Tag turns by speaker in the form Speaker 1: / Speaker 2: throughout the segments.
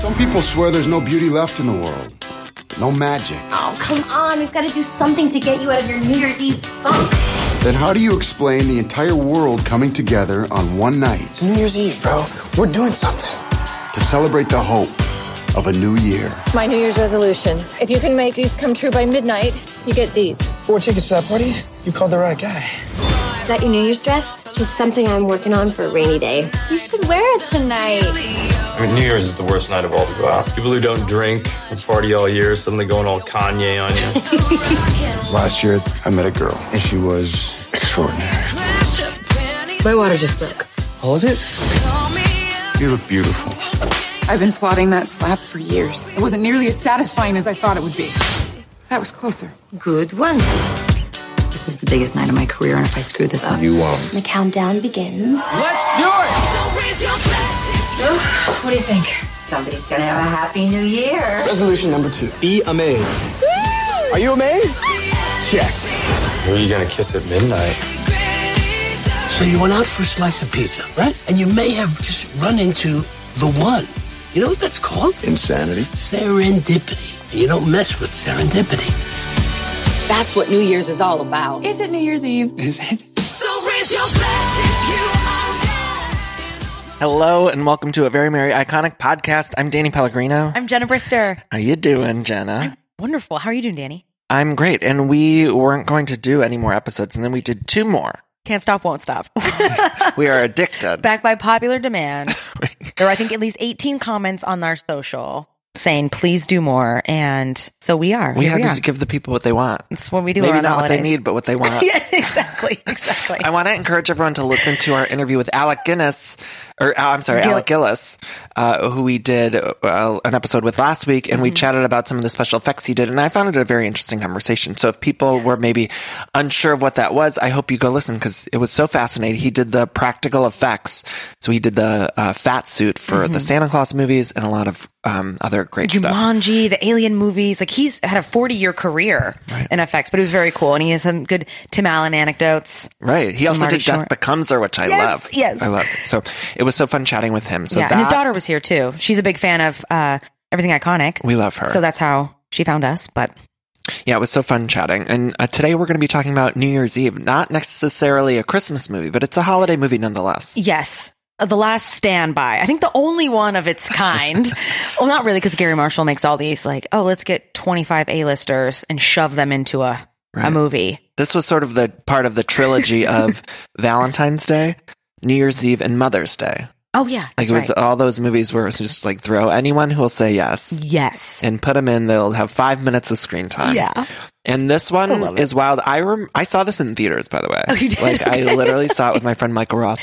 Speaker 1: Some people swear there's no beauty left in the world, no magic.
Speaker 2: Oh, come on. We've got to do something to get you out of your New Year's Eve funk.
Speaker 1: Then how do you explain the entire world coming together on one night
Speaker 3: New Year's Eve, bro. We're doing something.
Speaker 1: to celebrate the hope of a new year?
Speaker 4: My New Year's resolutions. If you can make these come true by midnight, you get these.
Speaker 3: We'll take us to that party. You called the right guy.
Speaker 2: Is that your New Year's dress? It's just something I'm working on for a rainy day. You should wear it tonight.
Speaker 5: I mean, New Year's is the worst night of all to go out. People who don't drink, it's party all year, suddenly going all Kanye on you.
Speaker 1: Last year, I met a girl, and she was extraordinary.
Speaker 4: My water just broke.
Speaker 3: All of it?
Speaker 1: You look beautiful.
Speaker 4: I've been plotting that slap for years. It wasn't nearly as satisfying as I thought it would be. That was closer. Good one. This is the biggest night of my career, and if I screw this up.
Speaker 6: You won't.
Speaker 2: The countdown begins.
Speaker 3: Let's do it!
Speaker 4: What do you think? Somebody's gonna have a happy new year.
Speaker 3: Resolution number two be amazed. Are you amazed? Check.
Speaker 5: Who are you going to kiss at midnight?
Speaker 3: So you went out for a slice of pizza, right? And you may have just run into the one. You know what that's called?
Speaker 1: Insanity.
Speaker 3: Serendipity. You don't mess with serendipity.
Speaker 4: That's what New Year's is all about. Is it New Year's Eve?
Speaker 3: Is it?
Speaker 7: Hello and welcome to a very merry iconic podcast. I'm Danny Pellegrino.
Speaker 4: I'm Jenna Brister.
Speaker 7: How you doing, Jenna?
Speaker 4: Wonderful. How are you doing, Danny?
Speaker 7: I'm great. And we weren't going to do any more episodes, and then we did two more.
Speaker 4: Can't stop, won't stop.
Speaker 7: We are addicted.
Speaker 4: Back by popular demand. there were, I think, at least 18 comments on our social saying, please do more. And so we are.
Speaker 7: we
Speaker 4: Here
Speaker 7: had
Speaker 4: we
Speaker 7: to
Speaker 4: are.
Speaker 7: give the people what they want.
Speaker 4: It's what we do
Speaker 7: Maybe
Speaker 4: around
Speaker 7: not what they
Speaker 4: holidays.
Speaker 7: need, but what they want.
Speaker 4: yeah, exactly. Exactly.
Speaker 7: I want to encourage everyone to listen to our interview with Alec Guinness, or uh, I'm sorry, Alec Gillis, uh, who we did uh, an episode with last week, and we chatted about some of the special effects he did, and I found it a very interesting conversation. So if people were maybe unsure of what that was, I hope you go listen because it was so fascinating. He did the practical effects, so he did the uh, fat suit for
Speaker 4: Mm-hmm.
Speaker 7: the Santa Claus movies and a lot of um, other great stuff.
Speaker 4: Jumanji, the Alien movies. Like he's had a 40 year career in effects, but it was very cool. And he has some good Tim Allen anecdotes.
Speaker 7: Right. He
Speaker 4: Some
Speaker 7: also
Speaker 4: Marty
Speaker 7: did Death
Speaker 4: Short.
Speaker 7: Becomes Her, which I
Speaker 4: Yes,
Speaker 7: love.
Speaker 4: yes.
Speaker 7: I love it. So it was so fun chatting with him. So
Speaker 4: yeah.
Speaker 7: that,
Speaker 4: and his daughter was here too. She's a big fan of uh, Everything Iconic.
Speaker 7: We love her.
Speaker 4: So that's how she found us. But
Speaker 7: Yeah, it was so fun chatting. And uh, today we're going to be talking about New Year's Eve. Not necessarily a Christmas movie, but it's a holiday movie nonetheless.
Speaker 4: yes. uh, The last standby. I think the only one of its kind. well, not really, because Gary Marshall makes all these like, oh, let's get twenty five A listers and shove them into a a movie.
Speaker 7: This was sort of the part of the trilogy of Valentine's Day, New Year's Eve, and Mother's Day.
Speaker 4: Oh yeah,
Speaker 7: Like
Speaker 4: that's
Speaker 7: it was
Speaker 4: right.
Speaker 7: all those movies where it was just like throw anyone who will say yes
Speaker 4: yes,
Speaker 7: and put them in. They'll have five minutes of screen time.
Speaker 4: yeah.
Speaker 7: And this one is wild. I rem- I saw this in theaters, by the way.
Speaker 4: Oh, you did?
Speaker 7: Like I literally saw it with my friend Michael Ross,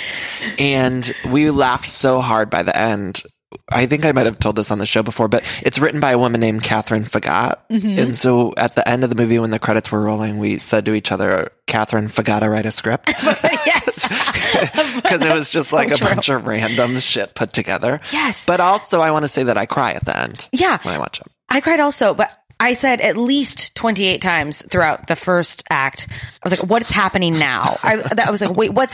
Speaker 7: and we laughed so hard by the end. I think I might have told this on the show before, but it's written by a woman named Catherine Fagat.
Speaker 4: Mm-hmm.
Speaker 7: And so at the end of the movie, when the credits were rolling, we said to each other, Catherine Fagat, I write a script.
Speaker 4: yes,
Speaker 7: Because it was just
Speaker 4: Oh So
Speaker 7: like a
Speaker 4: true.
Speaker 7: bunch of random shit put together.
Speaker 4: Yes.
Speaker 7: But also, I want to say that I cry at the end.
Speaker 4: Yeah.
Speaker 7: When I watch it.
Speaker 4: I cried also, but I said at least 28 times throughout the first act. I was like, what's happening now? I, that, I was like, wait, what's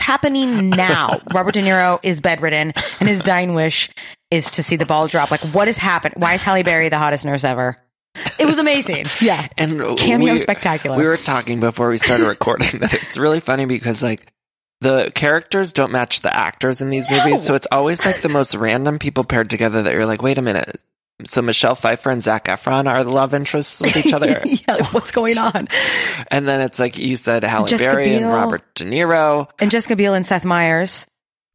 Speaker 4: happening now? Robert De Niro is bedridden and his dying wish is to see the ball drop. Like, what has happened? Why is Halle Berry the hottest nurse ever? It was amazing. Yeah.
Speaker 7: And
Speaker 4: Cameo
Speaker 7: we-
Speaker 4: spectacular.
Speaker 7: We were talking before we started recording that it's really funny because like the characters don't match the actors in these movies, so it's always like the most random people paired together that you're like, wait a minute. So Michelle Pfeiffer and Zach Efron are the love interests with each other,
Speaker 4: yeah, like, what's going on?
Speaker 7: and then it's like you said, Halle
Speaker 4: Jessica
Speaker 7: Berry and
Speaker 4: Biel.
Speaker 7: Robert De Niro,
Speaker 4: And Jessica Biel and Seth Meyers,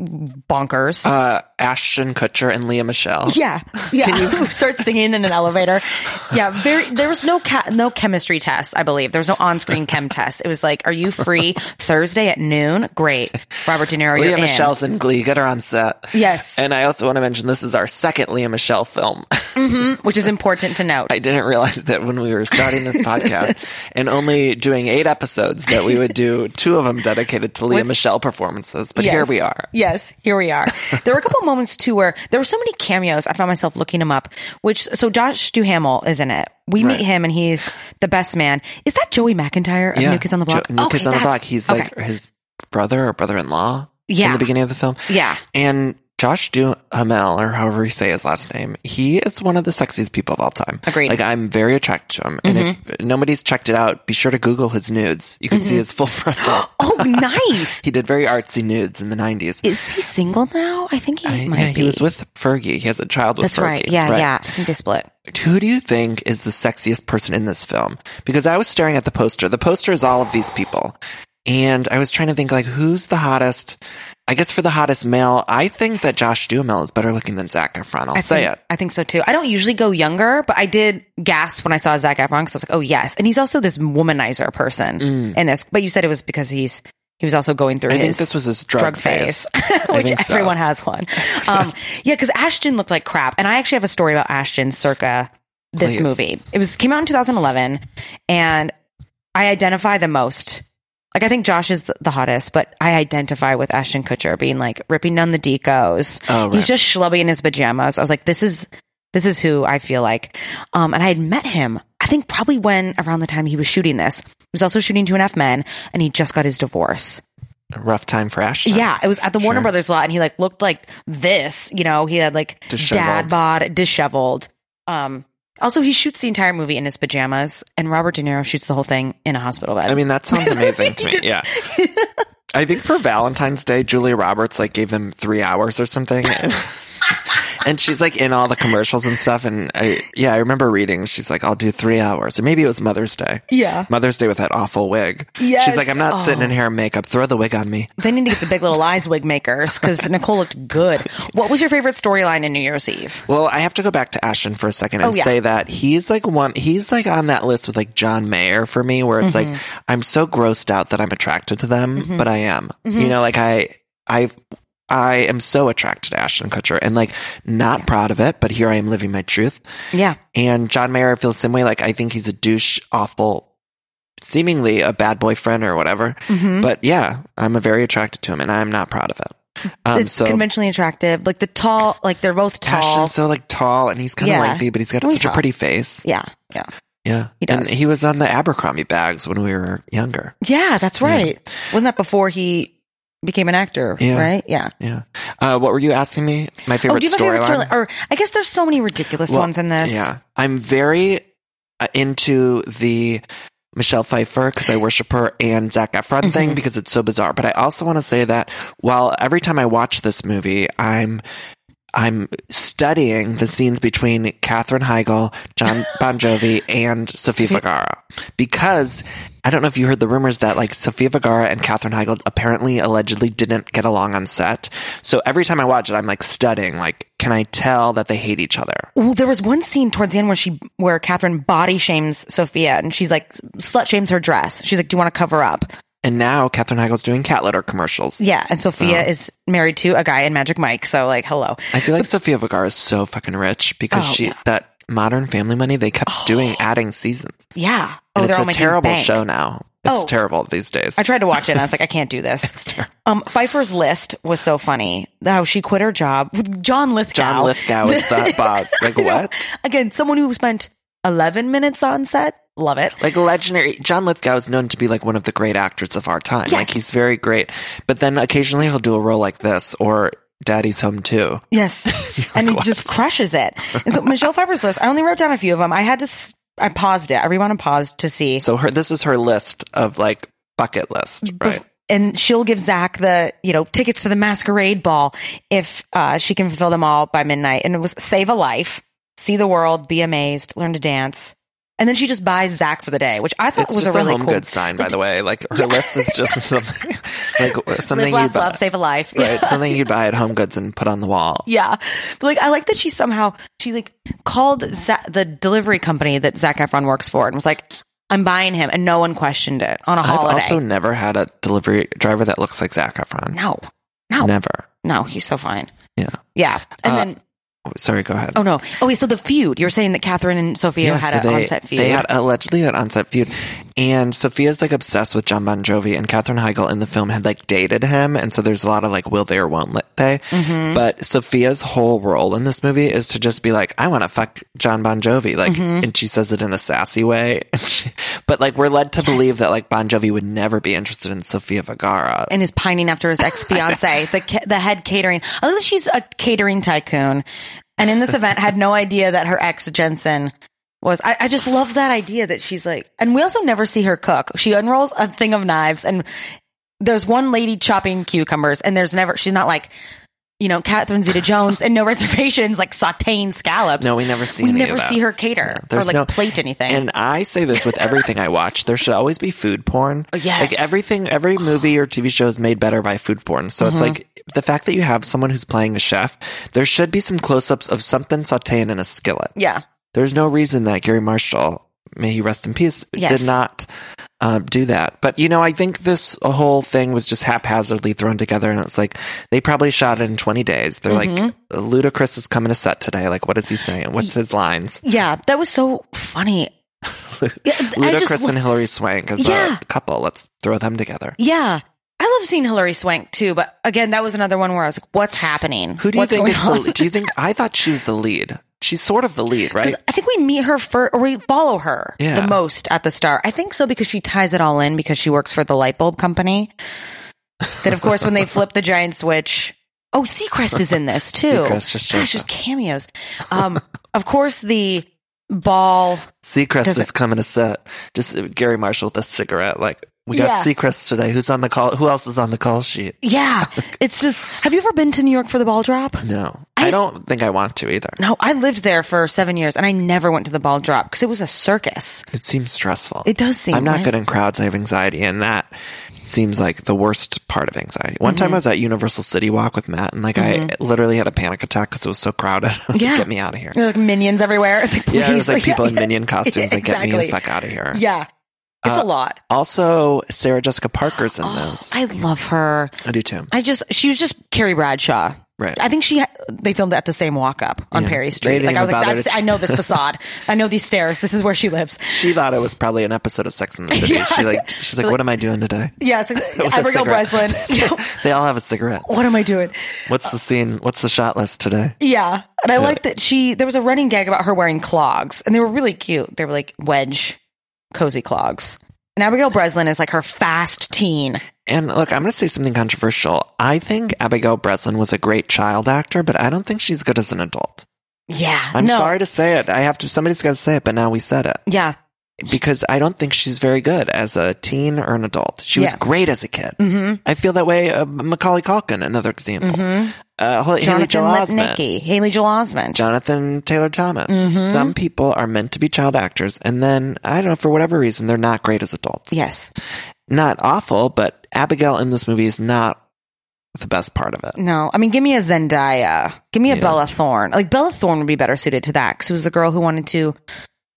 Speaker 4: bonkers.
Speaker 7: uh, Ashton Kutcher and Leah Michelle.
Speaker 4: Yeah, yeah. Start singing in an elevator. Yeah, very. There was no ca- no chemistry test. I believe there was no on screen chem test. It was like, are you free Thursday at noon? Great, Robert De Niro.
Speaker 7: Leah
Speaker 4: you're in.
Speaker 7: Michelle's in Glee. Get her on set.
Speaker 4: Yes.
Speaker 7: And I also want to mention this is our second Leah Michelle film.
Speaker 4: Mhm, which is important to note.
Speaker 7: I didn't realize that when we were starting this podcast and only doing eight episodes that we would do two of them dedicated to Leah Michelle performances. But
Speaker 4: Yes.
Speaker 7: here we are.
Speaker 4: Yes, here we are. There were a couple moments too where there were so many cameos. I found myself looking them up. Which so Josh Duhamel is in it. We meet him and he's the best man. Is that Joey McIntyre of New Kids on the Block?
Speaker 7: Jo- New Kids on the
Speaker 4: that's-
Speaker 7: Block. He's
Speaker 4: okay.
Speaker 7: like his brother or brother-in-law
Speaker 4: Yeah.
Speaker 7: in the beginning of the film.
Speaker 4: Yeah.
Speaker 7: And Josh Duhamel, or however you say his last name, he is one of the sexiest people of all time.
Speaker 4: Agreed. Mm-hmm.
Speaker 7: Like I'm very attracted to him. And if nobody's checked it out, be sure to Google his nudes. You can see
Speaker 4: Mhm.
Speaker 7: his full frontal.
Speaker 4: Oh, nice.
Speaker 7: he did very artsy nudes in the 90s.
Speaker 4: Is he single now? I think he might
Speaker 7: yeah,
Speaker 4: be.
Speaker 7: he was with Fergie. He has a child with
Speaker 4: That's
Speaker 7: Fergie.
Speaker 4: right. Yeah, yeah. I think they split.
Speaker 7: Who do you think is the sexiest person in this film? Because I was staring at the poster. The poster is all of these people. And I was trying to think like who's the hottest? I guess for the hottest male, I think that Josh Duhamel is better looking than Zac Efron. I'll
Speaker 4: I
Speaker 7: say
Speaker 4: think,
Speaker 7: it.
Speaker 4: I think so too. I don't usually go younger, but I did gasp when I saw Zach Efron because I was like, oh yes. And he's also this womanizer person
Speaker 7: Mm.
Speaker 4: in this. But you said it was because he's he was also going through
Speaker 7: I
Speaker 4: his
Speaker 7: think this was his drug phase. I
Speaker 4: which
Speaker 7: think so.
Speaker 4: everyone has one. Um, yeah, because Ashton looked like crap, and I actually have a story about Ashton circa this
Speaker 8: Please.
Speaker 4: movie. It was came out in 2011, and I identify the most. Like I think Josh is the- the hottest, but I identify with Ashton Kutcher being like ripping down the decos.
Speaker 8: Oh, right.
Speaker 4: He's just schlubby in his pajamas. I was like, this is this is who I feel like. Um, and I had met him. I think probably when around the time he was shooting this. He was also shooting Two and a Half Men, and he just got his divorce.
Speaker 7: A rough time for Ashton.
Speaker 4: Yeah, it was at the Warner
Speaker 7: Sure.
Speaker 4: Brothers lot, and he like looked like this. You know, he had like
Speaker 7: Disheveled.
Speaker 4: dad bod, disheveled. Um, also, he shoots the entire movie in his pajamas, and Robert De Niro shoots the whole thing in a hospital bed.
Speaker 7: I mean, that sounds amazing to me. Yeah. I think for Valentine's Day, Julia Roberts like gave them three hours or something. and she's like in all the commercials and stuff. And I, yeah, I remember reading, she's like, I'll do three hours. Or maybe it was Mother's Day.
Speaker 4: Yeah.
Speaker 7: Mother's Day with that awful wig.
Speaker 4: Yes.
Speaker 7: She's like, I'm not sitting in
Speaker 4: Oh.
Speaker 7: hair and makeup. Throw the wig on me.
Speaker 4: they need to get the Big Little Lies wig makers because Nicole looked good. What was your favorite storyline in New Year's Eve?
Speaker 7: Well, I have to go back to Ashton for a second and
Speaker 4: Oh, yeah.
Speaker 7: say that he's like one, he's like on that list with like John Mayer for me, where it's
Speaker 4: Mhm.
Speaker 7: like, I'm so grossed out that I'm attracted to them,
Speaker 4: Mhm.
Speaker 7: but I am,
Speaker 4: Mhm.
Speaker 7: you know, like I, I, I am so attracted to Ashton Kutcher and like not proud of it, but here I am living my truth.
Speaker 4: Yeah.
Speaker 7: And John Mayer, I feel the same way. Like I think he's a douche, awful, seemingly a bad boyfriend or whatever.
Speaker 4: Mhm.
Speaker 7: But yeah, I'm very attracted to him and I'm not proud of it. Um,
Speaker 4: it's
Speaker 7: so
Speaker 4: conventionally attractive. Like the tall, like they're both tall.
Speaker 7: Ashton's so like tall and he's kind of
Speaker 4: Yeah.
Speaker 7: lengthy, but he's got
Speaker 4: Well, he's
Speaker 7: such a
Speaker 4: tall.
Speaker 7: pretty face.
Speaker 4: yeah, yeah,
Speaker 7: Yeah.
Speaker 4: He does.
Speaker 7: And he was on the Abercrombie bags when we were younger.
Speaker 4: yeah. That's right. Wasn't that before he became an actor?
Speaker 7: Yeah.
Speaker 4: Right? Yeah.
Speaker 7: Yeah. Uh, what were you asking me? My
Speaker 4: oh,
Speaker 7: favorite
Speaker 4: do you have a
Speaker 7: storyline?
Speaker 4: favorite storyline? Or I guess there's so many ridiculous
Speaker 7: Well,
Speaker 4: ones in this.
Speaker 7: Yeah. I'm very uh, into the Michelle Pfeiffer because I worship her and Zach Efron
Speaker 4: Mm-hmm.
Speaker 7: thing because it's so bizarre. But I also want to say that while every time I watch this movie, I'm I'm studying the scenes between Katherine Heigl, John Bon Jovi, and Sofia Vergara because I don't know if you heard the rumors that like Sofia Vergara and Katherine Heigl apparently allegedly didn't get along on set. So every time I watch it, I'm like studying like, can I tell that they hate each other?
Speaker 4: Well, there was one scene towards the end where she, where Catherine body shames Sophia, and she's like slut shames her dress. She's like, "Do you want to cover up?"
Speaker 7: And now Katherine Heigl's doing cat litter commercials.
Speaker 4: Yeah, and Sophia
Speaker 7: So-
Speaker 4: is married to a guy in Magic Mike, so like, hello.
Speaker 7: I feel like Sofia Vergara is so fucking rich because
Speaker 4: Oh,
Speaker 7: she
Speaker 4: yeah.
Speaker 7: that Modern Family money they kept doing adding seasons.
Speaker 4: Yeah. Oh,
Speaker 7: And it's
Speaker 4: all
Speaker 7: a
Speaker 4: making
Speaker 7: terrible
Speaker 4: bank.
Speaker 7: show now. It's
Speaker 4: Oh.
Speaker 7: terrible these days.
Speaker 4: I tried to watch it and I was like, I can't do this. Um, Pfeiffer's list was so funny. How she quit her job with John Lithgow.
Speaker 7: John Lithgow is the boss. Like
Speaker 4: You know,
Speaker 7: what?
Speaker 4: Again, someone who spent 11 minutes on set. Love it.
Speaker 7: Like legendary John Lithgow is known to be like one of the great actors of our time. Like
Speaker 4: Yes.
Speaker 7: he's very great. But then occasionally he'll do a role like this or Daddy's Home Too.
Speaker 4: Yes. and he just crushes it. And so Michelle Pfeiffer's list, I only wrote down a few of them. I had to s- I paused it. I rewound and paused to see.
Speaker 7: So her, this is her list of like bucket list, right?
Speaker 4: and she'll give Zach the you know tickets to the masquerade ball if uh, she can fulfill them all by midnight. And it was save a life, see the world, be amazed, learn to dance, and then she just buys Zach for the day, which I thought
Speaker 7: it's
Speaker 4: was
Speaker 7: just
Speaker 4: a really
Speaker 7: home
Speaker 4: cool
Speaker 7: goods sign, by the way. Like her list is just something like something
Speaker 4: Live, laugh,
Speaker 7: you buy,
Speaker 4: love, save a life.
Speaker 7: right? Something you'd buy at Home Goods and put on the wall.
Speaker 4: Yeah. But like, I like that she somehow, she like called Za- the delivery company that Zach Efron works for and was like, I'm buying him. And no one questioned it on a
Speaker 7: I've
Speaker 4: holiday.
Speaker 7: also never had a delivery driver that looks like Zach Efron.
Speaker 4: no, no,
Speaker 7: Never.
Speaker 4: no, he's so fine.
Speaker 7: Yeah.
Speaker 4: Yeah. And
Speaker 7: Uh,
Speaker 4: then,
Speaker 7: Oh, Sorry, go ahead.
Speaker 4: oh no. Oh, wait. So the feud, you were saying that Catherine and Sophia had an onset feud.
Speaker 7: Uh, They had allegedly an onset feud. And Sophia's like obsessed with John Bon Jovi, and Katherine Heigl in the film had like dated him. And so there's a lot of like, will they or won't let they?
Speaker 4: Mhm.
Speaker 7: But Sophia's whole role in this movie is to just be like, I want to fuck John Bon Jovi. Like,
Speaker 4: Mhm.
Speaker 7: and she says it in a sassy way. but like, we're led to believe that like Bon Jovi would never be interested in Sophia Vergara.
Speaker 4: and is pining after his ex fiance, the ca- the head catering. Unless she's a catering tycoon, and in this event had no idea that her ex Jensen was. I, I just love that idea that she's like, and we also never see her cook. She unrolls a thing of knives, and there's one lady chopping cucumbers, and there's never she's not like. You know, Catherine Zeta Jones and no reservations, like sauteing scallops.
Speaker 7: No, we never see
Speaker 4: We
Speaker 7: any of
Speaker 4: never
Speaker 7: that.
Speaker 4: see her cater or
Speaker 7: There's
Speaker 4: like
Speaker 7: no-
Speaker 4: plate anything.
Speaker 7: And I say this with everything I watch. There should always be food porn.
Speaker 4: Oh, yes.
Speaker 7: Like everything, every movie or TV show is made better by food porn. So
Speaker 4: Mhm.
Speaker 7: it's like the fact that you have someone who's playing a chef, there should be some close ups of something sauteing in a skillet.
Speaker 4: yeah.
Speaker 7: There's no reason that Gary Marshall, may he rest in peace,
Speaker 4: Yes.
Speaker 7: did not uh, do that. But, you know, I think this whole thing was just haphazardly thrown together. And it's like, they probably shot it in 20 days. They're
Speaker 4: Mhm.
Speaker 7: like, Ludacris is coming to set today. Like, what is he saying? What's his lines?
Speaker 4: Yeah. That was so funny. Yeah, I
Speaker 7: Ludacris
Speaker 4: just lo-
Speaker 7: and Hilary Swank as
Speaker 4: Yeah.
Speaker 7: a couple. Let's throw them together.
Speaker 4: Yeah. I love seeing Hilary Swank too, but again, that was another one where I was like, what's happening?
Speaker 7: Who do you
Speaker 4: What's
Speaker 7: think
Speaker 4: going
Speaker 7: is
Speaker 4: on?
Speaker 7: the do you think I thought she was the lead. She's sort of the lead,
Speaker 4: 'Cause
Speaker 7: right?
Speaker 4: I think we meet her first, or we follow her
Speaker 7: Yeah.
Speaker 4: the most at the start. I think so because she ties it all in because she works for the light bulb company. Then, of course, when they flip the giant switch, oh, Seacrest is in this too.
Speaker 7: Seacrest just shows
Speaker 4: Gosh, just
Speaker 7: up.
Speaker 4: cameos. Um, of course, the ball.
Speaker 7: Seacrest
Speaker 4: Does
Speaker 7: is
Speaker 4: it-
Speaker 7: coming to set. Just uh, Gary Marshall with a cigarette. Like we got
Speaker 4: Yeah.
Speaker 7: Seacrest today. Who's on the call? Who else is on the call sheet?
Speaker 4: Yeah, it's just. Have you ever been to New York for the ball drop?
Speaker 7: No, I,
Speaker 4: I-
Speaker 7: don't think I want to either.
Speaker 4: No, I lived there for seven years and I never went to the ball drop because it was a circus.
Speaker 7: It seems stressful.
Speaker 4: It does seem.
Speaker 7: I'm not
Speaker 4: right?
Speaker 7: good in crowds. I have anxiety, and that seems like the worst part of anxiety. One
Speaker 4: Mm-hmm.
Speaker 7: time I was at Universal City Walk with Matt, and like I literally had a panic attack because it was so crowded. I was
Speaker 4: Yeah.
Speaker 7: like, "Get me out of here!"
Speaker 4: There were, like minions everywhere. It's like please,
Speaker 7: Yeah, it was like people in
Speaker 4: yeah.
Speaker 7: minion costumes.
Speaker 4: Yeah,
Speaker 7: like, get me
Speaker 4: exactly.
Speaker 7: the fuck out of here.
Speaker 4: Yeah, it's
Speaker 7: Uh,
Speaker 4: a lot.
Speaker 7: Also, Sarah Jessica Parker's in
Speaker 4: Oh,
Speaker 7: this. I,
Speaker 4: I love her.
Speaker 7: do too.
Speaker 4: I just she was just Carrie Bradshaw.
Speaker 7: Right.
Speaker 4: I think she they filmed it at the same walk up on
Speaker 7: Yeah.
Speaker 4: Perry
Speaker 7: They
Speaker 4: Street.
Speaker 7: didn't
Speaker 4: Like I was
Speaker 7: even
Speaker 4: like,
Speaker 7: bother
Speaker 4: I've
Speaker 7: to-
Speaker 4: se- I know this facade. I know these stairs. This is where she lives.
Speaker 7: she thought it was probably an episode of Sex in the City.
Speaker 4: Yeah.
Speaker 7: She like, she's like,
Speaker 4: Like-
Speaker 7: what am I doing today?
Speaker 4: Yes,
Speaker 7: With a
Speaker 4: Abigail
Speaker 7: cigarette.
Speaker 4: Breslin.
Speaker 7: they all have a cigarette.
Speaker 4: what am I doing?
Speaker 7: What's the scene? What's the shot list today?
Speaker 4: Yeah. And I like that she, there was a running gag about her wearing clogs, and they were really cute. They were like wedge, cozy clogs. And Abigail Breslin is like her fast teen.
Speaker 7: And look, I'm going to say something controversial. I think Abigail Breslin was a great child actor, but I don't think she's good as an adult.
Speaker 4: Yeah.
Speaker 7: I'm
Speaker 4: no.
Speaker 7: sorry to say it. I have to, somebody's got to say it, but now we said it.
Speaker 4: Yeah.
Speaker 7: Because I don't think she's very good as a teen or an adult. She was
Speaker 4: Yeah.
Speaker 7: great as a kid.
Speaker 4: Mm
Speaker 7: I feel that way. Uh, Macaulay Culkin, another
Speaker 4: hmm.
Speaker 7: example.
Speaker 4: Mm
Speaker 7: Uh, Hol-
Speaker 4: hmm.
Speaker 7: Haley
Speaker 4: Jonathan
Speaker 7: Joel Osment.
Speaker 4: Lipnicki. Haley Joel Osment.
Speaker 7: Jonathan Taylor Thomas.
Speaker 4: Mhm.
Speaker 7: Some people are meant to be child actors, and then I don't know for whatever reason they're not great as adults.
Speaker 4: yes.
Speaker 7: Not awful, but Abigail in this movie is not the best part of it.
Speaker 4: No. I mean, give me a Zendaya. Give me a
Speaker 7: Yeah.
Speaker 4: Bella Thorne. Like, Bella Thorne would be better suited to that because it was the girl who wanted to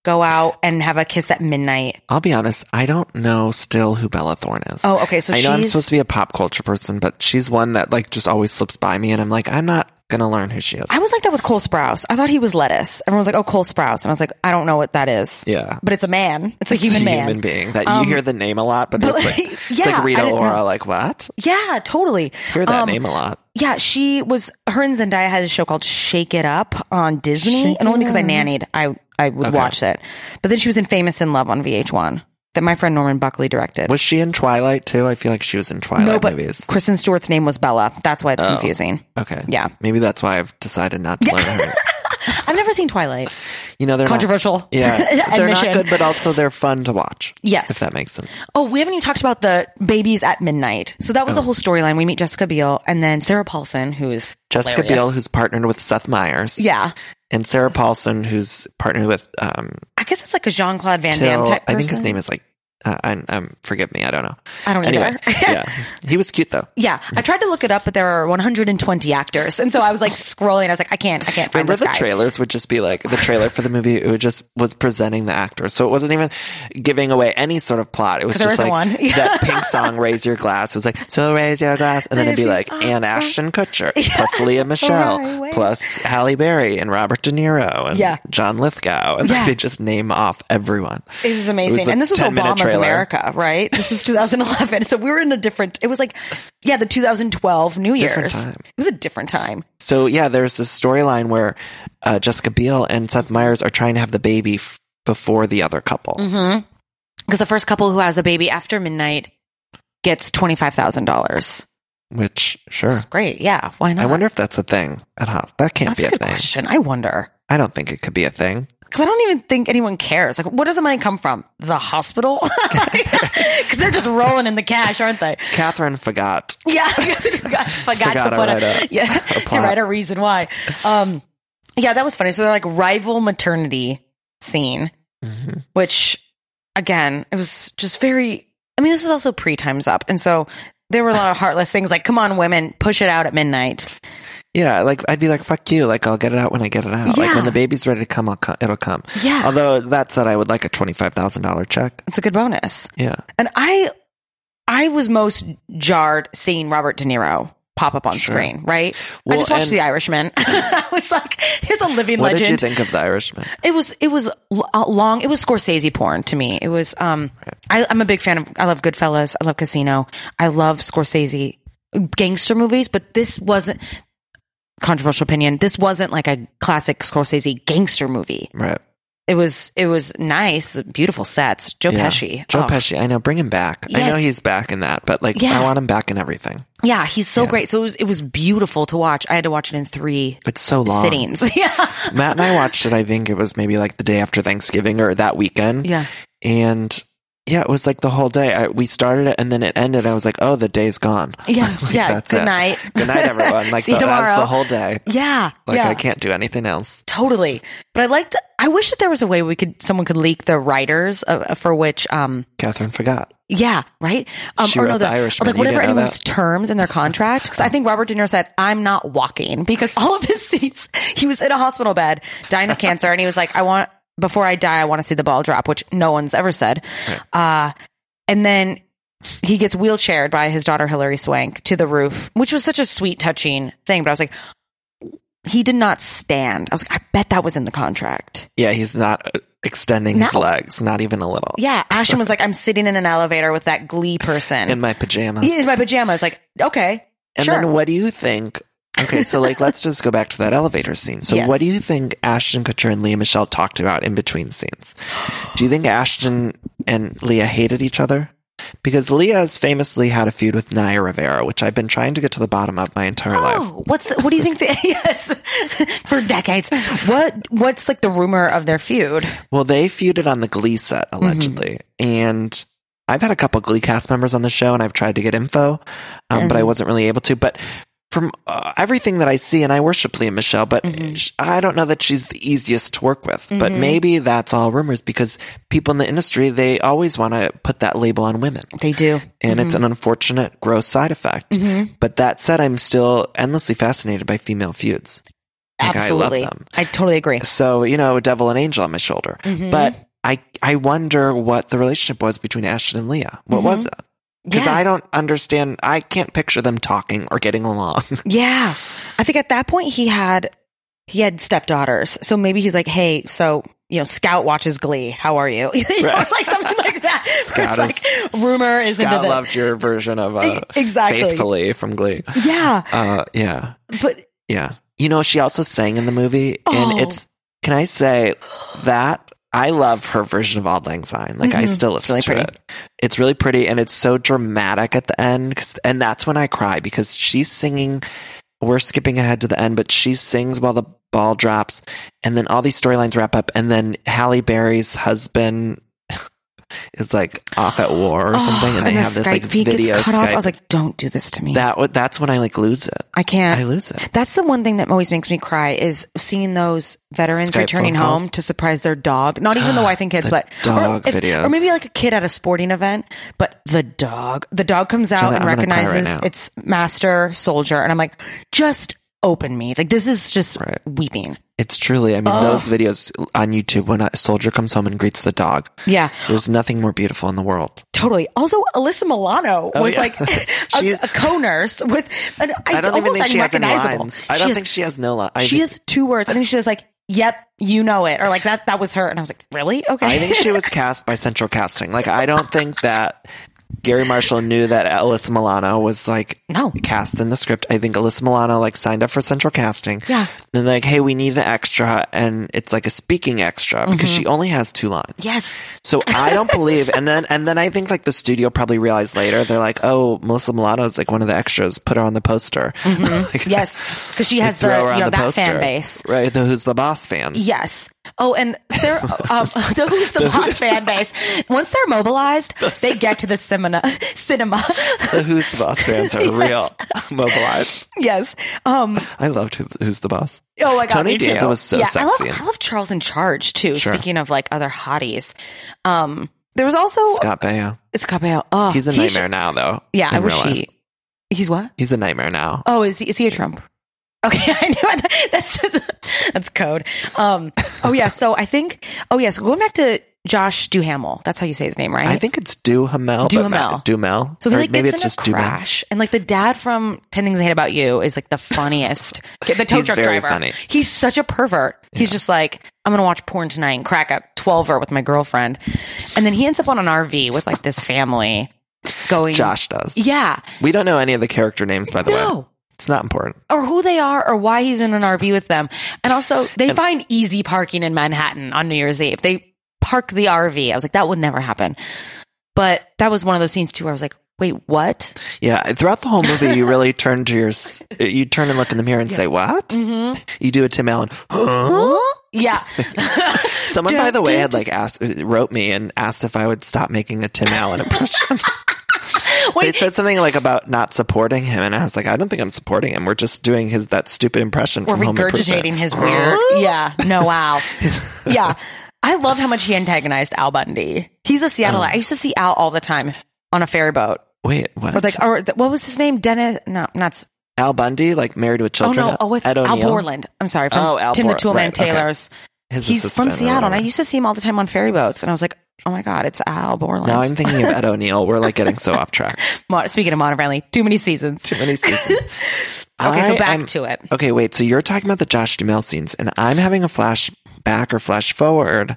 Speaker 4: go out and have a kiss at midnight.
Speaker 7: I'll be honest, I don't know still who Bella Thorne is.
Speaker 4: Oh, okay. So
Speaker 7: I
Speaker 4: she's.
Speaker 7: know I'm supposed to be a pop culture person, but she's one that like just always slips by me, and I'm like, I'm not gonna learn who she is.
Speaker 4: I was like that with Cole Sprouse. I thought he was lettuce. Everyone was like, "Oh, Cole Sprouse," and I was like, "I don't know what that is."
Speaker 7: yeah.
Speaker 4: but it's a man. It's a human
Speaker 7: It's a
Speaker 4: man.
Speaker 7: human being that
Speaker 4: Um,
Speaker 7: you hear the name a lot, but,
Speaker 4: but,
Speaker 7: it's like,
Speaker 4: like,
Speaker 7: it's
Speaker 4: yeah, I
Speaker 7: like Rita
Speaker 4: didn't
Speaker 7: Ora.
Speaker 4: know.
Speaker 7: Like what?
Speaker 4: Yeah, totally.
Speaker 7: Hear that
Speaker 4: Um,
Speaker 7: name a lot.
Speaker 4: Yeah, she was. Her and Zendaya had a show called Shake It Up on Disney,
Speaker 7: Shake
Speaker 4: and only
Speaker 7: It
Speaker 4: because I
Speaker 7: Up.
Speaker 4: nannied, I I would
Speaker 7: Okay.
Speaker 4: watch it. But then she was in Famous in Love on VH1 that my friend Norman Buckley directed.
Speaker 7: Was she in Twilight too? I feel like she was in Twilight
Speaker 4: no, but
Speaker 7: movies. Oh,
Speaker 4: Kristen Stewart's name was Bella. That's why it's confusing.
Speaker 7: Okay.
Speaker 4: Yeah.
Speaker 7: Maybe that's why I've decided not to learn her.
Speaker 4: I've never seen Twilight.
Speaker 7: You know, they're not-
Speaker 4: Controversial
Speaker 7: yeah, they're not
Speaker 4: admission.
Speaker 7: good, but also they're fun to watch.
Speaker 4: Yes.
Speaker 7: if that makes sense.
Speaker 4: Oh, we haven't even talked about the babies at midnight. So that was
Speaker 7: Oh.
Speaker 4: the whole storyline. We meet Jessica Biel and then Sarah Paulson, who is
Speaker 7: Jessica
Speaker 4: hilarious.
Speaker 7: Biel, who's partnered with Seth Meyers,
Speaker 4: Yeah.
Speaker 7: and Sarah Paulson, who's partnered with um,
Speaker 4: I guess it's like a Jean Claude Van Damme
Speaker 7: Till.
Speaker 4: type person.
Speaker 7: I think his name is like. Uh, I, um, forgive me, I don't know.
Speaker 4: I don't
Speaker 7: anyway,
Speaker 4: either.
Speaker 7: yeah, he was cute though.
Speaker 4: Yeah, I tried to look it up, but there are 120 actors, and so I was like scrolling. I was like, I can't, I can't find
Speaker 7: Remember
Speaker 4: this
Speaker 7: the
Speaker 4: guy.
Speaker 7: trailers would just be like the trailer for the movie. It would just was presenting the actors, so it wasn't even giving away any sort of plot. It was
Speaker 4: There
Speaker 7: just
Speaker 4: isn't
Speaker 7: like
Speaker 4: one. Yeah.
Speaker 7: that pink song, "Raise Your Glass." It was like, "So raise your glass," and then it'd be
Speaker 4: Oh,
Speaker 7: like Anne Ashton Kutcher plus Leah Michelle
Speaker 4: Always.
Speaker 7: plus Halle Berry and Robert De Niro and
Speaker 4: Yeah.
Speaker 7: John Lithgow, and
Speaker 4: Yeah.
Speaker 7: they just name off everyone.
Speaker 4: It was amazing,
Speaker 7: a
Speaker 4: and this was
Speaker 7: 10-minute
Speaker 4: Obama's
Speaker 7: trailer.
Speaker 4: America, right? This was 2011, so we were in a different. It was like, yeah, the 2012 New
Speaker 7: Different
Speaker 4: Year's.
Speaker 7: time.
Speaker 4: It was a different time.
Speaker 7: So yeah, there's this storyline where uh, Jessica Biel and Seth Meyers are trying to have the baby f- before the other couple.
Speaker 4: Mm-hmm. Because the first couple who has a baby after midnight gets twenty five thousand dollars.
Speaker 7: Which sure,
Speaker 4: It's great. Yeah, why not?
Speaker 7: I wonder if that's a thing at house. That can't
Speaker 4: That's
Speaker 7: be
Speaker 4: a
Speaker 7: a,
Speaker 4: good
Speaker 7: thing.
Speaker 4: question. I wonder.
Speaker 7: I don't think it could be a thing.
Speaker 4: Because I don't even think anyone cares. Like, what does the money come from? The hospital? Because they're just rolling in the cash, aren't they?
Speaker 7: Catherine forgot.
Speaker 4: Yeah, forgot, forgot,
Speaker 7: Forgot
Speaker 4: to
Speaker 7: to
Speaker 4: put
Speaker 7: write
Speaker 4: a,
Speaker 7: a-
Speaker 4: yeah
Speaker 7: a
Speaker 4: to
Speaker 7: plot.
Speaker 4: write a reason why. Um, yeah, that was funny. So they're like rival maternity scene,
Speaker 7: Mm-hmm.
Speaker 4: which again, it was just very. I mean, this was also pre Times Up, and so there were a lot of heartless things like, "Come on, women, push it out at midnight."
Speaker 7: Yeah, like I'd be like, "Fuck you!" Like I'll get it out when I get it out. Like
Speaker 4: Yeah.
Speaker 7: when the baby's ready to come, I'll come. It'll come.
Speaker 4: Yeah.
Speaker 7: Although that said, I would like a twenty five thousand dollar check.
Speaker 4: It's a good bonus.
Speaker 7: Yeah.
Speaker 4: And I I was most jarred seeing Robert De Niro pop up on
Speaker 7: Sure.
Speaker 4: screen, right? I
Speaker 7: Well,
Speaker 4: just watched
Speaker 7: and-
Speaker 4: The Irishman. I was like, here's a living
Speaker 7: What
Speaker 4: legend.
Speaker 7: did you think of The Irishman?
Speaker 4: It was it was l- uh, long. It was Scorsese porn to me. It was um I, I'm a big fan of I love Goodfellas. I love Casino. I love Scorsese gangster movies, but this wasn't controversial opinion. This wasn't like a classic Scorsese gangster movie.
Speaker 7: Right.
Speaker 4: It was it was nice, beautiful sets. Joe
Speaker 7: Yeah.
Speaker 4: Pesci.
Speaker 7: Joe
Speaker 4: Oh.
Speaker 7: Pesci. I know. Bring him back. I know
Speaker 4: Yes.
Speaker 7: he's back in that, but like
Speaker 4: Yeah.
Speaker 7: I want him back in everything.
Speaker 4: Yeah, he's so great. So it was it was beautiful to watch. I had to watch it in three
Speaker 7: It's so long.
Speaker 4: sittings. Yeah.
Speaker 7: Matt and I watched it. I think it was maybe like the day after Thanksgiving or that weekend.
Speaker 4: Yeah.
Speaker 7: and yeah, it was like the whole day. I, we started it and then it ended. I was like, oh, the day's gone.
Speaker 4: Yeah.
Speaker 7: Like,
Speaker 4: yeah.
Speaker 7: that's
Speaker 4: Good
Speaker 7: it.
Speaker 4: night.
Speaker 7: Good night, everyone. Like
Speaker 4: See you
Speaker 7: the, that was
Speaker 4: tomorrow.
Speaker 7: the whole day.
Speaker 4: Yeah.
Speaker 7: Like
Speaker 4: yeah.
Speaker 7: I can't do anything else.
Speaker 4: Totally. But I like the I wish that there was a way we could someone could leak the writers uh, for which um
Speaker 7: Catherine forgot.
Speaker 4: yeah, right? Um
Speaker 7: She wrote The Irishman.
Speaker 4: like
Speaker 7: You
Speaker 4: whatever
Speaker 7: didn't know
Speaker 4: anyone's
Speaker 7: that?
Speaker 4: terms in their contract cuz I think Robert De Niro said I'm not walking because all of his scenes he was in a hospital bed dying of cancer and he was like I want before I die I want to see the ball drop which no one's ever said. Uh and then he gets wheelchaired by his daughter Hilary Swank to the roof, which was such a sweet, touching thing. But I was like, he did not stand. I was like, I bet that was in the contract.
Speaker 7: Yeah, he's not uh, extending his
Speaker 4: No.
Speaker 7: legs, not even a little.
Speaker 4: Yeah, Ashton was like, I'm sitting in an elevator with that Glee person
Speaker 7: In my pajamas.
Speaker 4: Yeah, in my pajamas. Like, okay,
Speaker 7: and
Speaker 4: sure.
Speaker 7: then what do you think? Okay, so like let's just go back to that elevator scene. So
Speaker 4: Yes.
Speaker 7: what do you think Ashton Kutcher and Leah Michelle talked about in between scenes? Do you think Ashton and Leah hated each other? Because Leah has famously had a feud with Naya Rivera, which I've been trying to get to the bottom of my entire life.
Speaker 4: Oh, what's what do you think? The, yes, for decades. What what's like the rumor of their feud?
Speaker 7: Well, they feuded on the Glee set
Speaker 4: Mm-hmm.
Speaker 7: allegedly, and I've had a couple Glee cast members on the show, and I've tried to get info, um, but
Speaker 4: Mm-hmm.
Speaker 7: I wasn't really able to. But from uh, everything that I see, and I worship Leah Michelle, but
Speaker 4: Mm-hmm.
Speaker 7: sh I don't know that she's the easiest to work with. But maybe that's all rumors because people in the industry they always want to put that label on women.
Speaker 4: They do. Mm-hmm.
Speaker 7: And it's an unfortunate, gross side effect. But that said, I'm still endlessly fascinated by female feuds. Like,
Speaker 4: Absolutely,
Speaker 7: I love them.
Speaker 4: totally agree.
Speaker 7: So, you know, a devil and angel on my shoulder.
Speaker 4: Mm-hmm.
Speaker 7: But I, I wonder what the relationship was between Ashton and Leah. What was it? Because
Speaker 4: Mm-hmm. Yeah.
Speaker 7: I don't understand. I can't picture them talking or getting along.
Speaker 4: Yeah. I think at that point he had he had stepdaughters. So maybe he's like, "Hey, so, you know, Scout watches Glee. How are you?" You know, like something like that. Where
Speaker 7: Scott
Speaker 4: it's like rumor is
Speaker 7: Scott
Speaker 4: into the
Speaker 7: loved your version of uh,
Speaker 4: Exactly.
Speaker 7: faithfully from Glee.
Speaker 4: Yeah.
Speaker 7: Uh, yeah,
Speaker 4: But
Speaker 7: yeah. You know, she also sang in the movie,
Speaker 4: Oh.
Speaker 7: and it's. Can I say that I love her version of Auld Lang Syne? Like I still listen
Speaker 4: Mm-hmm. really
Speaker 7: to
Speaker 4: pretty.
Speaker 7: it. It's really pretty, and it's so dramatic at the end. 'cause- and that's when I cry because she's singing. We're skipping ahead to the end, but she sings while the ball drops, and then all these storylines wrap up, and then Halle Berry's husband is like off at war or something,
Speaker 4: Oh, and
Speaker 7: and they
Speaker 4: the
Speaker 7: have this
Speaker 4: Skype
Speaker 7: like
Speaker 4: feed gets
Speaker 7: video.
Speaker 4: cut off. I was
Speaker 7: Skype.
Speaker 4: like, don't do this to me.
Speaker 7: that. wa- That's when I like lose it.
Speaker 4: I can't.
Speaker 7: I lose it.
Speaker 4: That's the one thing that always makes me cry is seeing those veterans
Speaker 7: Skype
Speaker 4: returning
Speaker 7: phone calls.
Speaker 4: home to surprise their dog. Not even the wife and kids,
Speaker 7: The
Speaker 4: but
Speaker 7: dog
Speaker 4: or, if-
Speaker 7: videos.
Speaker 4: or maybe like a kid at a sporting event. But the dog, the dog comes out
Speaker 7: Jenna,
Speaker 4: and
Speaker 7: I'm gonna cry right
Speaker 4: recognizes
Speaker 7: now.
Speaker 4: its master soldier, and I'm like, just open me. Like this is just weeping.
Speaker 7: It's truly. I mean, those
Speaker 4: Oh.
Speaker 7: videos on YouTube when a soldier comes home and greets the dog.
Speaker 4: Yeah.
Speaker 7: There's nothing more beautiful in the world.
Speaker 4: Totally. Also, Alyssa Milano
Speaker 7: Oh,
Speaker 4: was
Speaker 7: yeah.
Speaker 4: like a, a co-nurse with. An,
Speaker 7: I don't even
Speaker 4: almost
Speaker 7: think she has any
Speaker 4: unrecognizable.
Speaker 7: lines. I
Speaker 4: She
Speaker 7: don't
Speaker 4: has-
Speaker 7: think she has no lines.
Speaker 4: she has two words. I think she was like, "Yep, you know it," or like that. That was her, and I was like, "Really? Okay."
Speaker 7: I think she was cast by Central Casting. Like, I don't think that Gary Marshall knew that Alyssa Milano was like
Speaker 4: No.
Speaker 7: cast in the script. I think Alyssa Milano like signed up for Central Casting.
Speaker 4: Yeah.
Speaker 7: And they're like, hey, we need an extra, and it's like a speaking extra because she only has two lines.
Speaker 4: Mm-hmm. yes,
Speaker 7: So I don't believe, and then and then I think like the studio probably realized later they're like, oh, Melissa Milano's like one of the extras. Put her on the poster. Like,
Speaker 4: Mm-hmm. yes, because she
Speaker 7: they
Speaker 4: has the
Speaker 7: throw her on
Speaker 4: you know
Speaker 7: the
Speaker 4: that
Speaker 7: poster.
Speaker 4: fan base.
Speaker 7: right? The Who's the Boss fans.
Speaker 4: Yes. Oh, and Sarah, um, the Who's the Boss fan base. Once they're mobilized, they get to the cinema. Cinema.
Speaker 7: The Who's the Boss fans are
Speaker 4: Yes.
Speaker 7: real mobilized.
Speaker 4: yes. Um.
Speaker 7: I loved Who- Who's the Boss.
Speaker 4: Oh my god,
Speaker 7: Tony
Speaker 4: me too.
Speaker 7: Danza was so
Speaker 4: yeah, I love,
Speaker 7: sexy.
Speaker 4: I love Charles in Charge too.
Speaker 7: Sure.
Speaker 4: Speaking of like other hotties, um, there was also
Speaker 7: Scott Baio.
Speaker 4: It's Cabello. Oh,
Speaker 7: He's a
Speaker 4: he
Speaker 7: nightmare
Speaker 4: should-
Speaker 7: now, though.
Speaker 4: Yeah, I
Speaker 7: in
Speaker 4: wish
Speaker 7: real life.
Speaker 4: he. He's what?
Speaker 7: He's a nightmare now.
Speaker 4: Oh, is he, is he a Trump? Okay, I knew it. that's that's code. Um, oh yeah, so I think. Oh yeah, so going back to Josh Duhamel. That's how you say his name, right?
Speaker 7: I think it's Duhamel. but ma-
Speaker 4: Duhamel.
Speaker 7: Duhamel.
Speaker 4: So he
Speaker 7: Or
Speaker 4: like
Speaker 7: maybe
Speaker 4: gets
Speaker 7: it's
Speaker 4: in
Speaker 7: just
Speaker 4: a
Speaker 7: Duhamel.
Speaker 4: crash, and like the dad from Ten Things I Hate About You is like the funniest. the tow
Speaker 7: He's
Speaker 4: truck
Speaker 7: very
Speaker 4: driver.
Speaker 7: funny.
Speaker 4: He's such a pervert. He's just like, I'm gonna watch porn tonight and crack up twelver with my girlfriend, and then he ends up on an RV with like this family going.
Speaker 7: Josh does.
Speaker 4: Yeah.
Speaker 7: We don't know any of the character names, by the way.
Speaker 4: No.
Speaker 7: It's not important.
Speaker 4: Or who they are, or why he's in an RV with them, and also they find easy parking in Manhattan on New Year's Eve. They park the RV. I was like, that would never happen. But that was one of those scenes too, where I was like, wait, what?
Speaker 7: Yeah, throughout the whole movie, you really turn to your, s- you turn and look in the mirror and say, "What?" Mm-hmm. You do a Tim Allen. Huh?
Speaker 4: Yeah.
Speaker 7: Someone, by the way, had like asked, wrote me and asked if I would stop making a Tim Allen impression. they
Speaker 4: Wait,
Speaker 7: said something like about not supporting him, and I was like, "I don't think I'm supporting him. We're just doing his that stupid impression
Speaker 4: we're
Speaker 7: from Home Improvement."
Speaker 4: regurgitating his weird. yeah. No, wow. yeah. I love how much he antagonized Al Bundy. He's a
Speaker 7: Oh.
Speaker 4: Seattle. I used to see Al all the time on a ferry boat.
Speaker 7: Wait, what?
Speaker 4: Or like, or th- what was his name? Dennis? No, not. s-
Speaker 7: Al Bundy, like married with
Speaker 4: Oh
Speaker 7: children.
Speaker 4: no! Oh, it's
Speaker 7: Ed
Speaker 4: Al
Speaker 7: O'Neill?
Speaker 4: Borland. I'm sorry. From
Speaker 7: Oh, Al
Speaker 4: Tim
Speaker 7: Bor-
Speaker 4: the Toolman
Speaker 7: right, okay.
Speaker 4: Taylor's.
Speaker 7: His
Speaker 4: He's from
Speaker 7: assistant or
Speaker 4: Seattle, and I
Speaker 7: whatever.
Speaker 4: used to see him all the time on ferry boats. And I was like, oh my god, it's Al Borland.
Speaker 7: Now I'm thinking of Ed O'Neill. We're like getting so off track.
Speaker 4: Mo- Speaking of Modern Family, too many seasons.
Speaker 7: Too many seasons.
Speaker 4: Okay, so
Speaker 7: I
Speaker 4: back
Speaker 7: am-
Speaker 4: to it.
Speaker 7: Okay, wait. So you're talking about the Josh Duhamel scenes, and I'm having a flashback or flash forward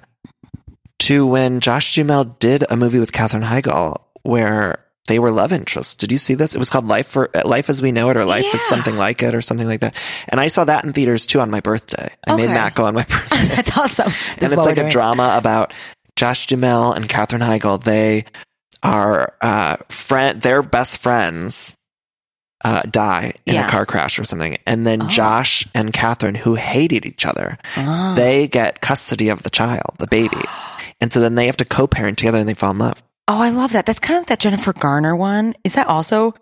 Speaker 7: to when Josh Duhamel did a movie with Katherine Heigl where they were love interests. Did you see this? It was called Life for uh, Life as We Know It, or Life is
Speaker 4: Yeah.
Speaker 7: Something Like It, or something like that. And I saw that in theaters too on my birthday. I made
Speaker 4: Okay.
Speaker 7: Matt go on my birthday
Speaker 4: That's awesome. This
Speaker 7: and
Speaker 4: is
Speaker 7: it's
Speaker 4: what
Speaker 7: like
Speaker 4: we're
Speaker 7: a
Speaker 4: doing.
Speaker 7: drama about Josh Duhamel and Katherine Heigl. They are uh, friend. Their best friends uh, die in a
Speaker 4: Yeah. Oh.
Speaker 7: car crash or something, and then Josh and Katherine, who hated each other,
Speaker 4: Oh.
Speaker 7: they get custody of the child, the baby, and so then they have to co-parent together, and they fall in love.
Speaker 4: Oh, I love that. That's kind of like that Jennifer Garner one. Is that also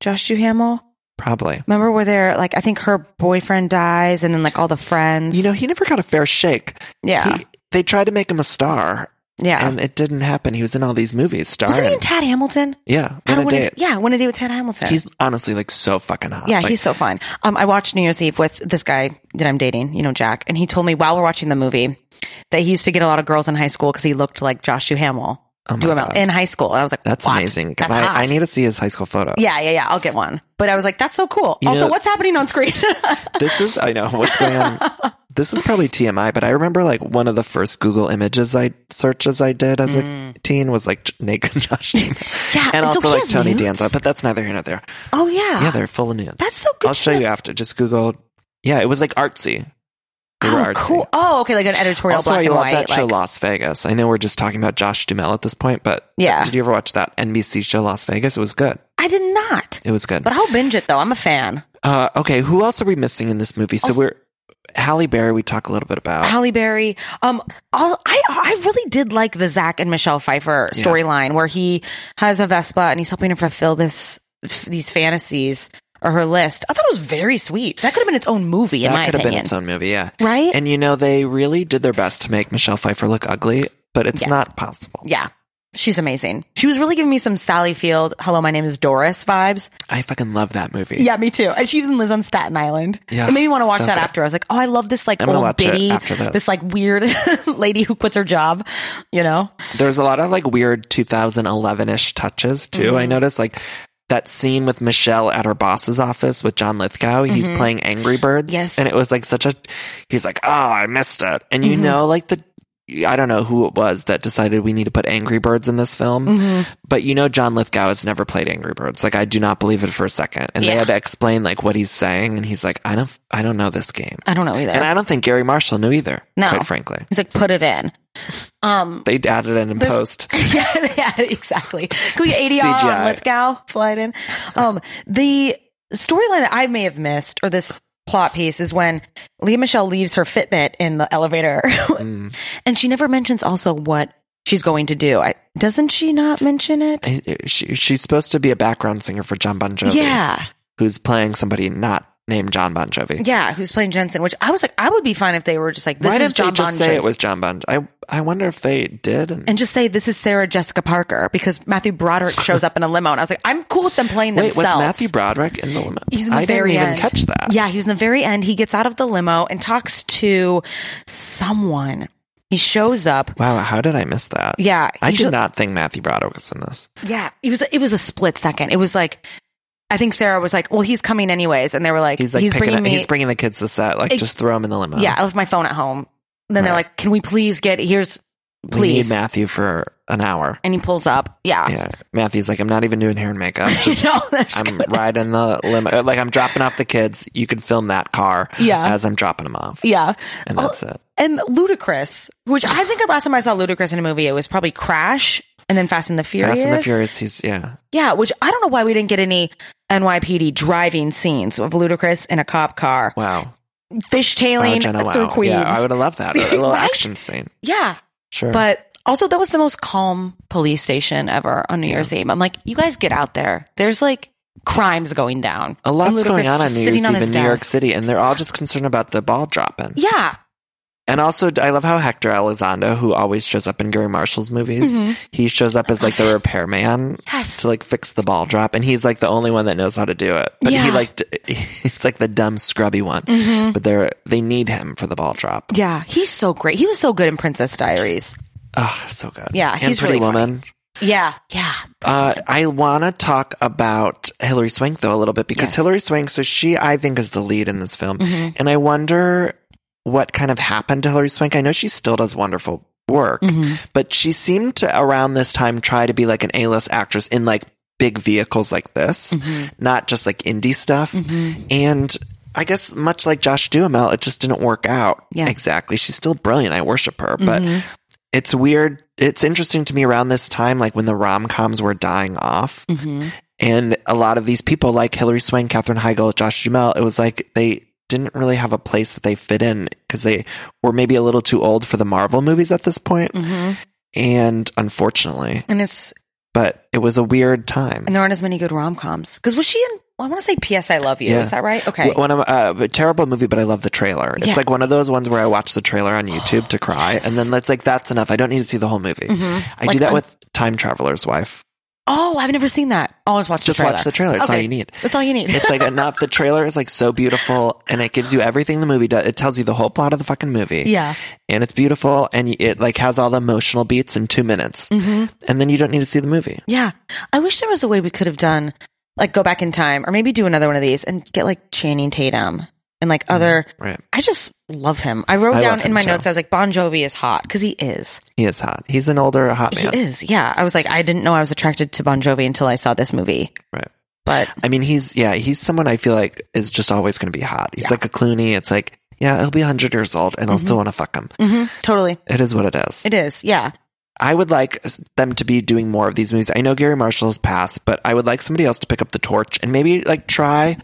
Speaker 4: Josh Duhamel?
Speaker 7: Probably.
Speaker 4: Remember where they're like, I think her boyfriend dies and then like all the friends.
Speaker 7: You know, he never got a fair shake.
Speaker 4: yeah.
Speaker 7: He, they tried to make him a star,
Speaker 4: yeah.
Speaker 7: and it didn't happen. He was in all these movies starring.
Speaker 4: Wasn't he in Tad Hamilton?
Speaker 7: yeah,
Speaker 4: How
Speaker 7: on a
Speaker 4: to Win
Speaker 7: date.
Speaker 4: yeah, Win a Date with Tad Hamilton.
Speaker 7: He's honestly like so fucking hot.
Speaker 4: yeah,
Speaker 7: Like,
Speaker 4: he's so fun. Um, I watched New Year's Eve with this guy that I'm dating, you know, Jack, and he told me while we're watching the movie that he used to get a lot of girls in high school because he looked like Josh Duhamel,
Speaker 7: Oh my
Speaker 4: Duhamel
Speaker 7: God.
Speaker 4: in high school. And I was like,
Speaker 7: That's
Speaker 4: what?
Speaker 7: amazing.
Speaker 4: That's
Speaker 7: I,
Speaker 4: hot.
Speaker 7: I need to see his high school photos.
Speaker 4: yeah, yeah, yeah. I'll get one. But I was like, that's so cool.
Speaker 7: You
Speaker 4: also,
Speaker 7: know-
Speaker 4: what's happening on screen?
Speaker 7: This is, I know what's going on. this is probably TMI, but I remember like one of the first Google images I searches I did as a teen was like j- naked Josh. Duhamel.
Speaker 4: Mm. Yeah, and
Speaker 7: And
Speaker 4: so
Speaker 7: also
Speaker 4: he
Speaker 7: like
Speaker 4: has
Speaker 7: Tony
Speaker 4: nudes?
Speaker 7: Danza, but that's neither here nor there.
Speaker 4: oh, yeah.
Speaker 7: yeah, they're full of nudes.
Speaker 4: That's so good
Speaker 7: I'll
Speaker 4: to
Speaker 7: show
Speaker 4: know.
Speaker 7: you after. Just Google. Yeah, it was like artsy. They were
Speaker 4: Oh,
Speaker 7: artsy.
Speaker 4: cool. Oh, okay, like an editorial
Speaker 7: Also,
Speaker 4: black
Speaker 7: I
Speaker 4: and
Speaker 7: love
Speaker 4: white.
Speaker 7: that show
Speaker 4: like-
Speaker 7: Las Vegas. I know we're just talking about Josh Duhamel at this point, but
Speaker 4: Yeah.
Speaker 7: did you ever watch that NBC show Las Vegas? It was good.
Speaker 4: I did not.
Speaker 7: It was good.
Speaker 4: But I'll binge it though. I'm a fan.
Speaker 7: Uh, okay, who else are we missing in this movie? So
Speaker 4: Also-
Speaker 7: we're Halle Berry, we talk a little bit about.
Speaker 4: Halle Berry. Um, all, I I really did like the Zach and Michelle Pfeiffer
Speaker 7: Yeah.
Speaker 4: storyline where he has a Vespa and he's helping her fulfill this f- these fantasies or her list. I thought it was very sweet. That could have been its own movie, in
Speaker 7: that
Speaker 4: my
Speaker 7: could have
Speaker 4: opinion.
Speaker 7: been its own movie, yeah.
Speaker 4: Right?
Speaker 7: And you know, they really did their best to make Michelle Pfeiffer look ugly, but it's
Speaker 4: Yes.
Speaker 7: not possible.
Speaker 4: yeah, she's amazing. She was really giving me some Sally Field. Hello, my name is Doris vibes.
Speaker 7: I fucking love that movie.
Speaker 4: Yeah, me too. And she even lives on Staten Island.
Speaker 7: Yeah,
Speaker 4: it made me want to watch
Speaker 7: so
Speaker 4: that
Speaker 7: good.
Speaker 4: after. I was like, oh, I love this like
Speaker 7: I'm gonna
Speaker 4: old
Speaker 7: watch it
Speaker 4: biddy,
Speaker 7: after this.
Speaker 4: this like weird lady who quits her job. You know,
Speaker 7: There's a lot of like weird 2011-ish touches too. I
Speaker 4: Mm-hmm.
Speaker 7: noticed like that scene with Michelle at her boss's office with John Lithgow. He's
Speaker 4: Mhm.
Speaker 7: playing Angry Birds,
Speaker 4: Yes.
Speaker 7: and it was like such a. He's like, oh, I missed it, and you
Speaker 4: Mhm.
Speaker 7: know, like the. I don't know who it was that decided we need to put Angry Birds in this film,
Speaker 4: Mhm.
Speaker 7: but you know, John Lithgow has never played Angry Birds. Like, I do not believe it for a second. And they
Speaker 4: Yeah.
Speaker 7: had to explain like what he's saying, and he's like, I don't, I don't know this game,
Speaker 4: I don't know either.
Speaker 7: and I don't think Gary Marshall knew either.
Speaker 4: No.
Speaker 7: quite frankly,
Speaker 4: He's like, put it in. Um,
Speaker 7: they added it in
Speaker 4: There's-
Speaker 7: post.
Speaker 4: yeah, yeah, exactly. Can we get ADR on
Speaker 7: CGI.
Speaker 4: Lithgow flight in? Um, the storyline that I may have missed, or this plot piece, is when Leah Michelle leaves her Fitbit in the elevator,
Speaker 7: Mm.
Speaker 4: and she never mentions also what she's going to do. I, doesn't she not mention it?
Speaker 7: I- I- she, she's supposed to be a background singer for John Bon Jovi.
Speaker 4: Yeah,
Speaker 7: Who's playing somebody not named John Bon Jovi.
Speaker 4: yeah. Who's playing Jensen? Which I was like, I would be fine if they were just like, this
Speaker 7: Why
Speaker 4: is
Speaker 7: didn't
Speaker 4: John
Speaker 7: they just
Speaker 4: Bon
Speaker 7: say
Speaker 4: Jovi.
Speaker 7: it was John Bon I, I wonder if they did.
Speaker 4: and just say this is Sarah Jessica Parker because Matthew Broderick shows up in a limo, and I was like, I'm cool with them playing
Speaker 7: Wait, was
Speaker 4: themselves.
Speaker 7: Matthew Broderick in the limo?
Speaker 4: He's in the
Speaker 7: I
Speaker 4: very
Speaker 7: didn't
Speaker 4: end.
Speaker 7: even catch that.
Speaker 4: Yeah, he was in the very end. He gets out of the limo and talks to someone. He shows up.
Speaker 7: Wow, how did I miss that?
Speaker 4: Yeah,
Speaker 7: I
Speaker 4: he
Speaker 7: did
Speaker 4: show-
Speaker 7: not think Matthew Broderick was in this.
Speaker 4: Yeah, it was. It was a split second. It was like, I think Sarah was like, "Well, he's coming anyways," and they were like,
Speaker 7: He's like picking
Speaker 4: bringing
Speaker 7: up,
Speaker 4: me."
Speaker 7: he's bringing the kids to set. Like,
Speaker 4: Ex-
Speaker 7: just throw him in the limo.
Speaker 4: yeah, I left my phone at home. Then they're
Speaker 7: Right.
Speaker 4: like, "Can we please get here's
Speaker 7: we need
Speaker 4: please?"
Speaker 7: Matthew for an hour.
Speaker 4: and he pulls up. Yeah,
Speaker 7: Yeah, Matthew's like, I'm not even doing hair and makeup. Just,
Speaker 4: No, that's
Speaker 7: I'm
Speaker 4: good.
Speaker 7: riding the limo. Like, I'm dropping off the kids. You could film that car
Speaker 4: Yeah.
Speaker 7: as I'm dropping them off.
Speaker 4: yeah. Oh,
Speaker 7: And that's it.
Speaker 4: And Ludacris, which I think the last time I saw Ludacris in a movie, it was probably Crash and then Fast and the Furious.
Speaker 7: Fast and the Furious, he's, yeah.
Speaker 4: Yeah, which I don't know why we didn't get any NYPD driving scenes of Ludacris in a cop car,
Speaker 7: Wow.
Speaker 4: fishtailing
Speaker 7: Wow, Oh, Jenna, wow.
Speaker 4: through Queens.
Speaker 7: Yeah, I would have loved that. A little
Speaker 4: Right?
Speaker 7: action scene.
Speaker 4: Yeah,
Speaker 7: Sure.
Speaker 4: but also that was the most calm police station ever on New Year's Eve. I'm like, you guys get out there. There's like crimes going down.
Speaker 7: a
Speaker 4: And
Speaker 7: lot's
Speaker 4: Ludacris
Speaker 7: going on on
Speaker 4: just
Speaker 7: New
Speaker 4: sitting
Speaker 7: Year's
Speaker 4: on
Speaker 7: Eve
Speaker 4: his
Speaker 7: in New York
Speaker 4: desk.
Speaker 7: City, and they're all just concerned about the ball dropping.
Speaker 4: Yeah,
Speaker 7: And also, I love how Hector Elizondo, who always shows up in Gary Marshall's movies, he shows up as like the repairman
Speaker 4: Mm-hmm. Yes.
Speaker 7: to like fix the ball drop, and he's like the only one that knows how to do it. But
Speaker 4: Yeah. Mm-hmm.
Speaker 7: he like d- he's like the dumb scrubby one. But they're they need him for the ball drop.
Speaker 4: yeah, he's so great. He was so good in Princess Diaries.
Speaker 7: Oh, so good.
Speaker 4: Yeah,
Speaker 7: and
Speaker 4: he's
Speaker 7: Pretty
Speaker 4: really
Speaker 7: Woman.
Speaker 4: Yeah, yeah,
Speaker 7: Uh, I want to talk about Hilary Swank though a little bit because
Speaker 4: Yes.
Speaker 7: Hilary Swank, so she I think is the lead in this film, and I wonder what kind of happened to Hilary Swank. I know she still does wonderful work, but she seemed to around this time try to be like an A-list actress in like big vehicles like this, not just like indie stuff, and. I guess much like Josh Duhamel, it just didn't work out
Speaker 4: Yeah.
Speaker 7: exactly. She's still brilliant. I worship her, but it's weird. It's interesting to me around this time, like when the rom coms were dying off, and a lot of these people, like Hilary Swank, Katherine Heigl, Josh Duhamel, it was like they didn't really have a place that they fit in because they were maybe a little too old for the Marvel movies at this point,
Speaker 4: Mm-hmm.
Speaker 7: and unfortunately,
Speaker 4: and it's
Speaker 7: but it was a weird time.
Speaker 4: and there aren't as many good rom coms because was she in? I want to say P.S. I Love You.
Speaker 7: Yeah.
Speaker 4: Is that right? Okay.
Speaker 7: One of uh, a terrible movie, but I love the trailer. It's
Speaker 4: Yeah.
Speaker 7: like one of those ones where I watch the trailer on YouTube to cry, and then it's like that's enough. I don't need to see the whole movie. I
Speaker 4: Mm-hmm. Like
Speaker 7: do that
Speaker 4: un-
Speaker 7: with Time Traveler's Wife.
Speaker 4: Oh, I've never seen that. Always watch
Speaker 7: Just
Speaker 4: the trailer.
Speaker 7: watch the trailer. It's all you need.
Speaker 4: That's all you need.
Speaker 7: It's like enough. The trailer is like so beautiful, and it gives you everything the movie does. It tells you the whole plot of the fucking movie.
Speaker 4: Yeah.
Speaker 7: and it's beautiful, and it like has all the emotional beats in two minutes,
Speaker 4: Mm-hmm.
Speaker 7: and then you don't need to see the movie.
Speaker 4: yeah. I wish there was a way we could have done like go back in time or maybe do another one of these and get like Channing Tatum and like other.
Speaker 7: Mm-hmm. Right?
Speaker 4: I just love him. I wrote
Speaker 7: I
Speaker 4: down
Speaker 7: love
Speaker 4: in
Speaker 7: him
Speaker 4: my
Speaker 7: too.
Speaker 4: notes, I was like, Bon Jovi is hot because he is.
Speaker 7: He is hot. He's an older hot man.
Speaker 4: He is. Yeah. I was like, I didn't know I was attracted to Bon Jovi until I saw this movie.
Speaker 7: Right.
Speaker 4: But
Speaker 7: I mean, he's yeah, he's someone I feel like is just always going to be hot. He's like a Clooney. It's like yeah, he'll be hundred years old, and I'll
Speaker 4: Mm-hmm.
Speaker 7: still want to fuck him.
Speaker 4: Mhm. totally.
Speaker 7: It is what it is.
Speaker 4: It is. Yeah.
Speaker 7: I would like s- them to be doing more of these movies. I know Gary Marshall's passed, but I would like somebody else to pick up the torch and maybe like try.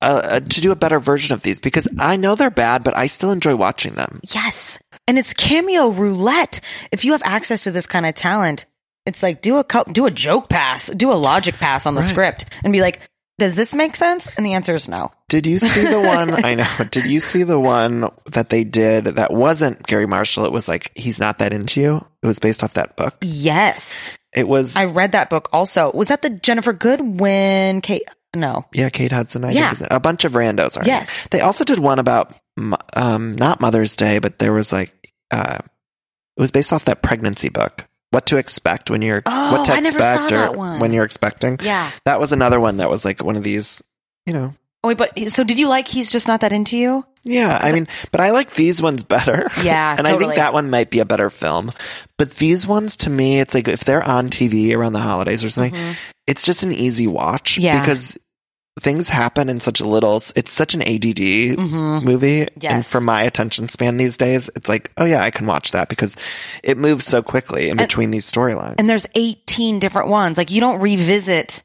Speaker 7: uh, to do a better version of these because I know they're bad, but I still enjoy watching them.
Speaker 4: Yes. And it's cameo roulette. If you have access to this kind of talent, it's like do a co- do a joke pass, do a logic pass on the
Speaker 7: Right.
Speaker 4: script and be like, does this make sense? And the answer is no.
Speaker 7: Did you see the one? I know. Did you see the one that they did that wasn't Gary Marshall? It was like he's not that into you. It was based off that book.
Speaker 4: Yes.
Speaker 7: It was.
Speaker 4: I read that book also. Was that the Jennifer Goodwin Kate? No.
Speaker 7: yeah, Kate Hudson. I
Speaker 4: Yeah.
Speaker 7: think is in- a bunch of randos are. in it.
Speaker 4: Yes.
Speaker 7: They also did one about mo- um, not Mother's Day, but there was like uh, it was based off that pregnancy book. What to expect when you're
Speaker 4: Oh,
Speaker 7: what to
Speaker 4: I never
Speaker 7: expect
Speaker 4: saw
Speaker 7: or
Speaker 4: that one.
Speaker 7: when you're expecting.
Speaker 4: Yeah.
Speaker 7: That was another one that was like one of these, you know.
Speaker 4: Oh, wait, but so did you like He's Just Not That Into You?
Speaker 7: Yeah, I mean, but I like these ones better.
Speaker 4: Yeah,
Speaker 7: and I
Speaker 4: totally.
Speaker 7: think that one might be a better film. But these ones, to me, it's like if they're on TV around the holidays or something, it's just an easy watch.
Speaker 4: Mm-hmm. Yeah.
Speaker 7: because things happen in such a little. It's such an ADD
Speaker 4: Mhm.
Speaker 7: movie, and
Speaker 4: Yes.
Speaker 7: for my attention span these days, it's like, oh yeah, I can watch that because it moves so quickly in between these storylines.
Speaker 4: And there's 18 different ones. Like you don't revisit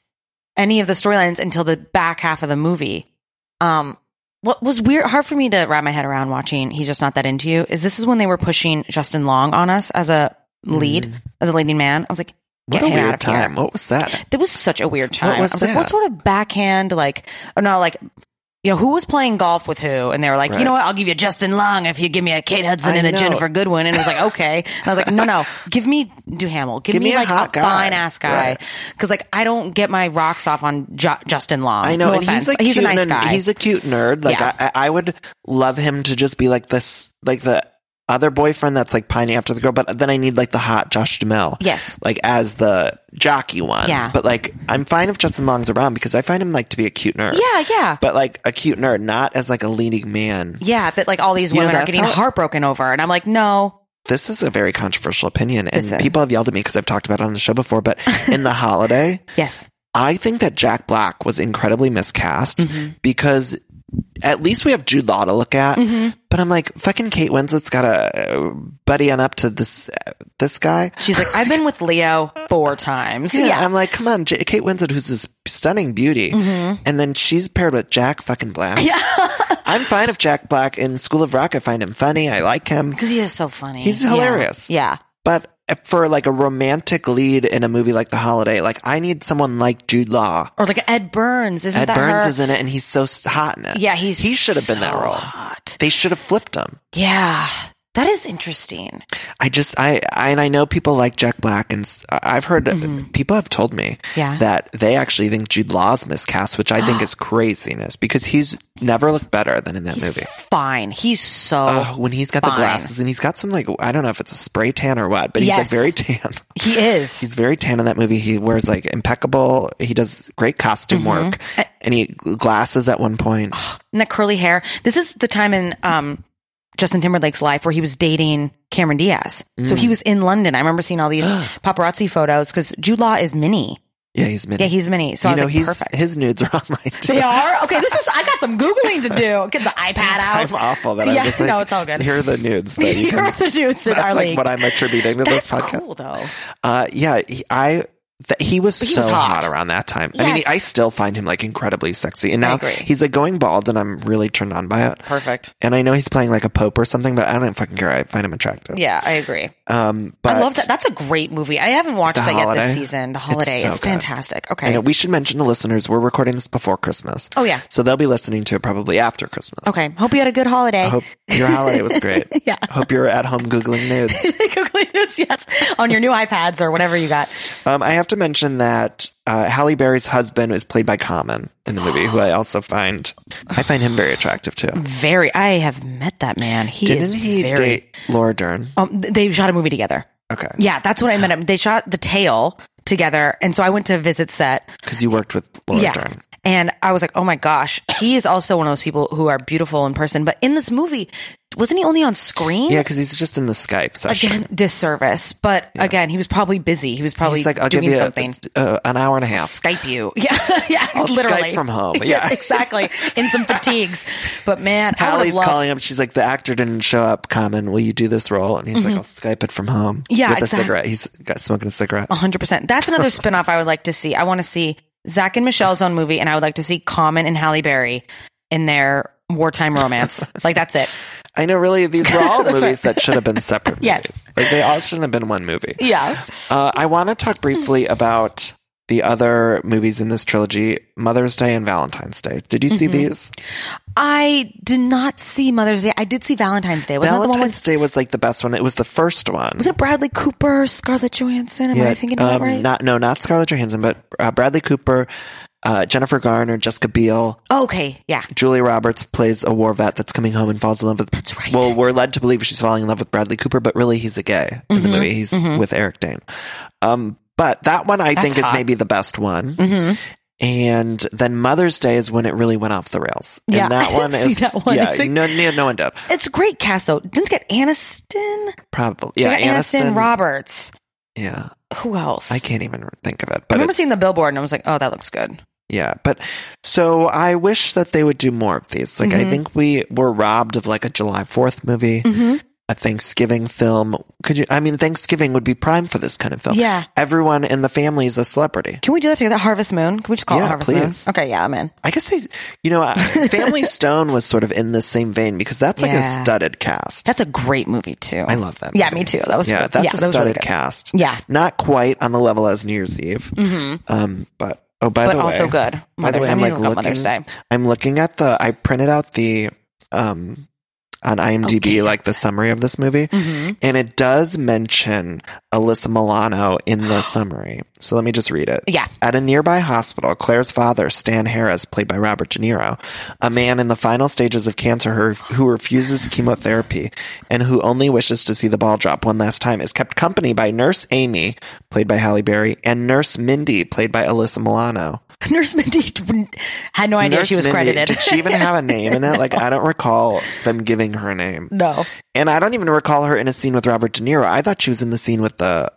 Speaker 4: any of the storylines until the back half of the movie. Um, what was weird, hard for me to wrap my head around watching He's Just Not That Into You is this is when they were pushing Justin Long on us as a lead, as a leading man. I was like,
Speaker 7: Mm. What
Speaker 4: get
Speaker 7: a
Speaker 4: him out
Speaker 7: weird
Speaker 4: of
Speaker 7: time!
Speaker 4: here.
Speaker 7: What was that?
Speaker 4: That was such a weird time.
Speaker 7: was
Speaker 4: I was like, what
Speaker 7: that?
Speaker 4: sort of backhand, like, or no, like, you know, who was playing golf with who? And they were like, you
Speaker 7: Right.
Speaker 4: know what? I'll give you Justin Long if you give me a Kate Hudson
Speaker 7: I
Speaker 4: and a
Speaker 7: know.
Speaker 4: Jennifer Goodwin. And it was like, okay. And I was like, no, no, give me Duhamel. Give,
Speaker 7: Give
Speaker 4: me,
Speaker 7: me a
Speaker 4: like a
Speaker 7: hot guy.
Speaker 4: fine ass guy.
Speaker 7: Right.
Speaker 4: Cause like, I don't get my rocks off on Ju- Justin Long.
Speaker 7: I know,
Speaker 4: Um, No
Speaker 7: and
Speaker 4: offense.
Speaker 7: he's a
Speaker 4: he's a
Speaker 7: cute
Speaker 4: nice
Speaker 7: and-
Speaker 4: guy.
Speaker 7: He's a cute nerd. Like
Speaker 4: Yeah.
Speaker 7: I I, I would love him to just be like this, like the other boyfriend that's like pining after the girl. But then I need like the hot Josh Duhamel,
Speaker 4: Yes.
Speaker 7: like as the jockey one.
Speaker 4: Yeah.
Speaker 7: But like I'm fine if Justin Long's around because I find him like to be a cute nerd.
Speaker 4: yeah, yeah.
Speaker 7: But like a cute nerd, not as like a leading man.
Speaker 4: yeah, that like all these
Speaker 7: You know,
Speaker 4: women are
Speaker 7: that's
Speaker 4: getting
Speaker 7: how-
Speaker 4: heartbroken over. And I'm like, no.
Speaker 7: This is a very controversial opinion, and
Speaker 4: This is.
Speaker 7: people have yelled at me because I've talked about it on the show before. But in the holiday,
Speaker 4: Yes.
Speaker 7: I think that Jack Black was incredibly miscast
Speaker 4: Mm-hmm.
Speaker 7: because at least we have Jude Law to look at.
Speaker 4: Mm-hmm.
Speaker 7: But I'm like, fucking Kate Winslet's got to uh, buddy on up to this uh, this guy.
Speaker 4: She's like, I've been with Leo four times.
Speaker 7: Yeah,
Speaker 4: Yeah.
Speaker 7: I'm like, come on, J- Kate Winslet, who's this stunning beauty,
Speaker 4: Mm-hmm.
Speaker 7: and then she's paired with Jack fucking Black. Yeah, I'm fine if Jack Black in School of Rock. I find him funny. I like him,
Speaker 4: Cause he is so funny.
Speaker 7: He's
Speaker 4: Yeah.
Speaker 7: hilarious.
Speaker 4: Yeah.
Speaker 7: but for like a romantic lead in a movie like The Holiday, like I need someone like Jude Law.
Speaker 4: Or like Ed Burns, isn't
Speaker 7: Ed
Speaker 4: that
Speaker 7: Burns
Speaker 4: her?
Speaker 7: is in it, and he's so s- hot in it.
Speaker 4: Yeah, he's
Speaker 7: he should have been that
Speaker 4: so
Speaker 7: role.
Speaker 4: hot.
Speaker 7: They should have flipped him.
Speaker 4: Yeah, that is interesting.
Speaker 7: I just I, I and I know people like Jack Black, and s- I- I've heard people have told me
Speaker 4: Mm-hmm. Yeah.
Speaker 7: that they actually think Jude Law's miscast, which I think is craziness because he's never looked better than in that
Speaker 4: He's
Speaker 7: movie.
Speaker 4: fine. He's so
Speaker 7: Oh, when he's got
Speaker 4: fine.
Speaker 7: the glasses and he's got some like I don't know if it's a spray tan or what, but he's like
Speaker 4: Yes.
Speaker 7: very tan.
Speaker 4: He is.
Speaker 7: He's very tan in that movie. He wears like impeccable. He does great costume
Speaker 4: Mm-hmm.
Speaker 7: work,
Speaker 4: Uh,
Speaker 7: and he glasses at one point.
Speaker 4: and that curly hair. This is the time in um, Justin Timberlake's life where he was dating Cameron Diaz. So
Speaker 7: Mm.
Speaker 4: he was in London. I remember seeing all these paparazzi photos because Jude Law is mini.
Speaker 7: yeah, he's mini.
Speaker 4: Yeah, he's mini. So I was like,
Speaker 7: he's
Speaker 4: perfect.
Speaker 7: his nudes are online. Too.
Speaker 4: they are okay. This is. I got some googling to do. Get the iPad out.
Speaker 7: I'm awful. That I'm
Speaker 4: Yeah,
Speaker 7: just like,
Speaker 4: no, it's all good.
Speaker 7: Here are the nudes. That you
Speaker 4: Here
Speaker 7: can,
Speaker 4: are the nudes that
Speaker 7: that's
Speaker 4: are
Speaker 7: like
Speaker 4: leaked.
Speaker 7: what I'm attributing to
Speaker 4: That's
Speaker 7: this podcast.
Speaker 4: cool though.
Speaker 7: Uh, yeah, he, I th- he was
Speaker 4: But he
Speaker 7: so
Speaker 4: was hot.
Speaker 7: hot. around that time. I mean,
Speaker 4: Yes.
Speaker 7: I still find him like incredibly sexy, and
Speaker 4: I
Speaker 7: now
Speaker 4: agree.
Speaker 7: he's like going bald, and I'm really turned on by it.
Speaker 4: Perfect.
Speaker 7: And I know he's playing like a pope or something, but I don't fucking care. I find him attractive.
Speaker 4: Yeah, I agree.
Speaker 7: Um, but
Speaker 4: I love that. That's a great movie. I haven't watched
Speaker 7: The
Speaker 4: that yet this
Speaker 7: Holiday?
Speaker 4: season. The
Speaker 7: It's
Speaker 4: holiday. It's,
Speaker 7: so good.
Speaker 4: fantastic. Okay.
Speaker 7: I know, we should mention to listeners we're recording this before Christmas.
Speaker 4: Oh, yeah.
Speaker 7: so they'll be listening to it probably after Christmas.
Speaker 4: okay. Hope you had a good holiday.
Speaker 7: I hope your holiday was great.
Speaker 4: Yeah.
Speaker 7: Hope you're at home googling nudes.
Speaker 4: Quickly, yes, yes. On your new iPads or whatever you got.
Speaker 7: Um, I have to mention that uh, Halle Berry's husband is played by Common in the movie, who I also find I find him very attractive too.
Speaker 4: Very. I have met that man. He is
Speaker 7: Didn't he
Speaker 4: very.
Speaker 7: date Laura Dern?
Speaker 4: Um, th- they shot a movie together.
Speaker 7: Okay,
Speaker 4: Yeah, that's when I met him. They shot The Tail together, and so I went to visit set.
Speaker 7: because you worked with Laura
Speaker 4: yeah.
Speaker 7: Dern.
Speaker 4: And I was like, oh my gosh, he is also one of those people who are beautiful in person. But in this movie, wasn't he only on screen?
Speaker 7: Yeah, because he's just in the Skype session.
Speaker 4: again disservice but again he was probably busy he was probably
Speaker 7: he's like, I'll
Speaker 4: doing
Speaker 7: give you a-
Speaker 4: something
Speaker 7: uh, an hour and a half.
Speaker 4: skype you yeah yeah
Speaker 7: I'll Skype
Speaker 4: literally
Speaker 7: from home.
Speaker 4: yes,
Speaker 7: Yeah.
Speaker 4: exactly in some fatigues but man I would
Speaker 7: Hallie's
Speaker 4: have loved-
Speaker 7: calling up. She's like, the actor didn't show up. Common, will you do this role? And he's like, I'll Skype it from home.
Speaker 4: Mm-hmm. Yeah, Uh-huh.
Speaker 7: with
Speaker 4: exactly.
Speaker 7: a cigarette. He's got smoking a cigarette.
Speaker 4: 100% that's another spin-off i would like to see i want to see Zach and Michelle's own movie, and I would like to see Common and Halle Berry in their wartime romance. like that's it.
Speaker 7: I know, really, these were all
Speaker 4: That's
Speaker 7: movies
Speaker 4: right.
Speaker 7: that should have been separate.
Speaker 4: Yes.
Speaker 7: movies. like they all shouldn't have been one movie.
Speaker 4: Yeah.
Speaker 7: Uh, I want to talk briefly about the other movies in this trilogy: Mother's Day and Valentine's Day. Did you see
Speaker 4: Mhm.
Speaker 7: these?
Speaker 4: I did not see Mother's Day. I did see Valentine's Day. Wasn't that the one with
Speaker 7: Valentine's Day was like the best one. It was the first one.
Speaker 4: was it Bradley Cooper, Scarlett Johansson? Am I thinking about
Speaker 7: um,
Speaker 4: that right?
Speaker 7: Not, no, not Scarlett Johansson, but uh, Bradley Cooper, uh, Jennifer Garner, Jessica Biel.
Speaker 4: okay, yeah.
Speaker 7: Julia Roberts plays a war vet that's coming home and falls in love with. That's
Speaker 4: right.
Speaker 7: Well, we're led to believe she's falling in love with Bradley Cooper, but really he's a gay in the
Speaker 4: Mhm,
Speaker 7: movie. He's
Speaker 4: mhm.
Speaker 7: with Eric Dane. Um, but that one I
Speaker 4: That's
Speaker 7: think
Speaker 4: hot.
Speaker 7: is maybe the best one.
Speaker 4: Mm-hmm.
Speaker 7: And then Mother's Day is when it really went off the rails.
Speaker 4: Yeah,
Speaker 7: and that
Speaker 4: I
Speaker 7: one
Speaker 4: didn't see
Speaker 7: is
Speaker 4: that one.
Speaker 7: yeah,
Speaker 4: It's like-
Speaker 7: no, no, no one did.
Speaker 4: It's a great cast though. Didn't they get Aniston?
Speaker 7: Probably, yeah,
Speaker 4: they got Aniston, Roberts.
Speaker 7: Yeah,
Speaker 4: Who else?
Speaker 7: I can't even think of it.
Speaker 4: I
Speaker 7: But
Speaker 4: remember
Speaker 7: it's-
Speaker 4: seeing the billboard and I was like, oh, that looks good.
Speaker 7: Yeah, but so I wish that they would do more of these. Like
Speaker 4: Mhm.
Speaker 7: I think we were robbed of like a July 4th movie,
Speaker 4: Mm-hmm.
Speaker 7: a Thanksgiving film. Could you I mean Thanksgiving would be prime for this kind of film.
Speaker 4: Yeah.
Speaker 7: Everyone in the family is a celebrity.
Speaker 4: Can we do that together? Harvest Moon? Can we just call
Speaker 7: Yeah,
Speaker 4: it Harvest
Speaker 7: please.
Speaker 4: Moon? Okay, yeah, I'm in.
Speaker 7: I guess they you know, uh, Family Stone was sort of in the same vein because that's like a
Speaker 4: Yeah.
Speaker 7: studded cast.
Speaker 4: That's a great movie too.
Speaker 7: I love that.
Speaker 4: Yeah,
Speaker 7: movie.
Speaker 4: me too. That was
Speaker 7: Yeah,
Speaker 4: good.
Speaker 7: that's
Speaker 4: Yeah, that
Speaker 7: a
Speaker 4: was really
Speaker 7: studded
Speaker 4: good.
Speaker 7: cast.
Speaker 4: Yeah.
Speaker 7: Not quite on the level as New Year's Eve.
Speaker 4: Mm-hmm.
Speaker 7: Um, but oh, by
Speaker 4: But
Speaker 7: the way,
Speaker 4: also good.
Speaker 7: By the
Speaker 4: Mother's-
Speaker 7: way,
Speaker 4: I
Speaker 7: I'm
Speaker 4: need
Speaker 7: like
Speaker 4: to look
Speaker 7: looking.
Speaker 4: up Mother's
Speaker 7: I'm looking at the. I printed out the um on IMDb
Speaker 4: Okay.
Speaker 7: like the summary of this movie,
Speaker 4: Mhm.
Speaker 7: and it does mention Alyssa Milano in the summary. So let me just read it.
Speaker 4: Yeah.
Speaker 7: At a nearby hospital, Claire's father, Stan Harris, played by Robert De Niro, a man in the final stages of cancer who, who refuses chemotherapy and who only wishes to see the ball drop one last time, is kept company by Nurse Amy, played by Halle Berry, and Nurse Mindy, played by Alyssa Milano.
Speaker 4: Nurse Mindy had no idea
Speaker 7: Nurse
Speaker 4: she was
Speaker 7: Mindy,
Speaker 4: credited.
Speaker 7: Did she even have a name in it? Like, I don't recall them giving her name.
Speaker 4: no.
Speaker 7: And I don't even recall her in a scene with Robert De Niro. I thought she was in the scene with the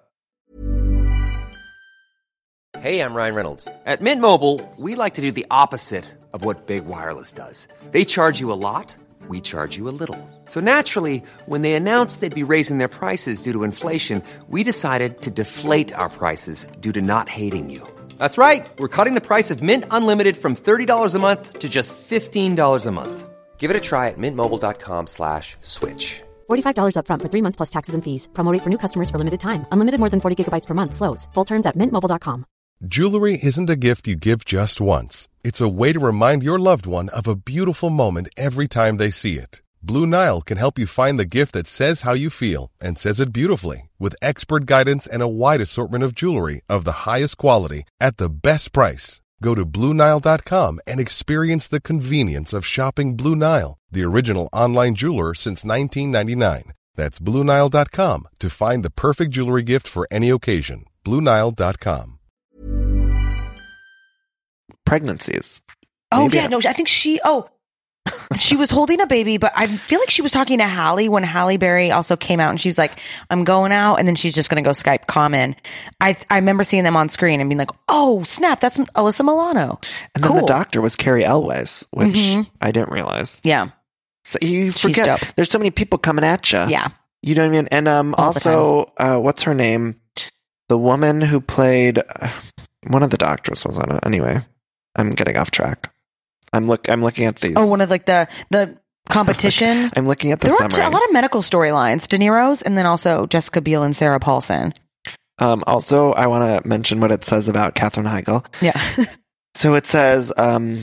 Speaker 8: Hey, I'm Ryan Reynolds. At Mint Mobile, we like to do the opposite of what Big Wireless does. They charge you a lot, we charge you a little. So naturally, when they announced they'd be raising their prices due to inflation, we decided to deflate our prices due to not hating you. That's right. We're cutting the price of Mint Unlimited from $30 a month to just $15 a month.
Speaker 9: Give it a try at mintmobile.com slash switch.
Speaker 10: $45 upfront for three months plus taxes and fees. Promote for new customers for limited time. Unlimited more than 40 gigabytes per month. Slows. Full terms at mintmobile.com.
Speaker 11: Jewelry isn't a gift you give just once. It's a way to remind your loved one of a beautiful moment every time they see it. Blue Nile can help you find the gift that says how you feel and says it beautifully with expert guidance and a wide assortment of jewelry of the highest quality at the best price. Go to BlueNile.com and experience the convenience of shopping Blue Nile, the original online jeweler since 1999. That's BlueNile.com to find the perfect jewelry gift for any occasion. BlueNile.com.
Speaker 7: pregnancies.
Speaker 4: Oh
Speaker 7: Maybe
Speaker 4: yeah,
Speaker 7: I-
Speaker 4: no, I think she. Oh, she was holding a baby, but I feel like she was talking to Hallie when Halle Berry also came out, and she was like, "I'm going out," and then she's just going to go Skype comment. I I remember seeing them on screen and being like, "Oh snap, that's Alyssa Milano."
Speaker 7: And then
Speaker 4: Cool.
Speaker 7: the doctor was Carrie Elways, which
Speaker 4: Mhm.
Speaker 7: I didn't realize.
Speaker 4: Yeah,
Speaker 7: So you
Speaker 4: She's
Speaker 7: forget.
Speaker 4: dope.
Speaker 7: There's so many people coming at you.
Speaker 4: yeah.
Speaker 7: You know what I mean? And um,
Speaker 4: All the
Speaker 7: also, uh, what's her name? The woman who played uh, one of the doctors was on it. Anyway, I'm getting off track. I'm look. I'm looking at these.
Speaker 4: Oh, one of like the the competition.
Speaker 7: I'm looking at the
Speaker 4: there were
Speaker 7: summary.
Speaker 4: a lot of medical storylines, De Niro's, and then also Jessica Biel and Sarah Paulson.
Speaker 7: um, also, I want to mention what it says about Katherine Heigl.
Speaker 4: Yeah.
Speaker 7: So it says, um,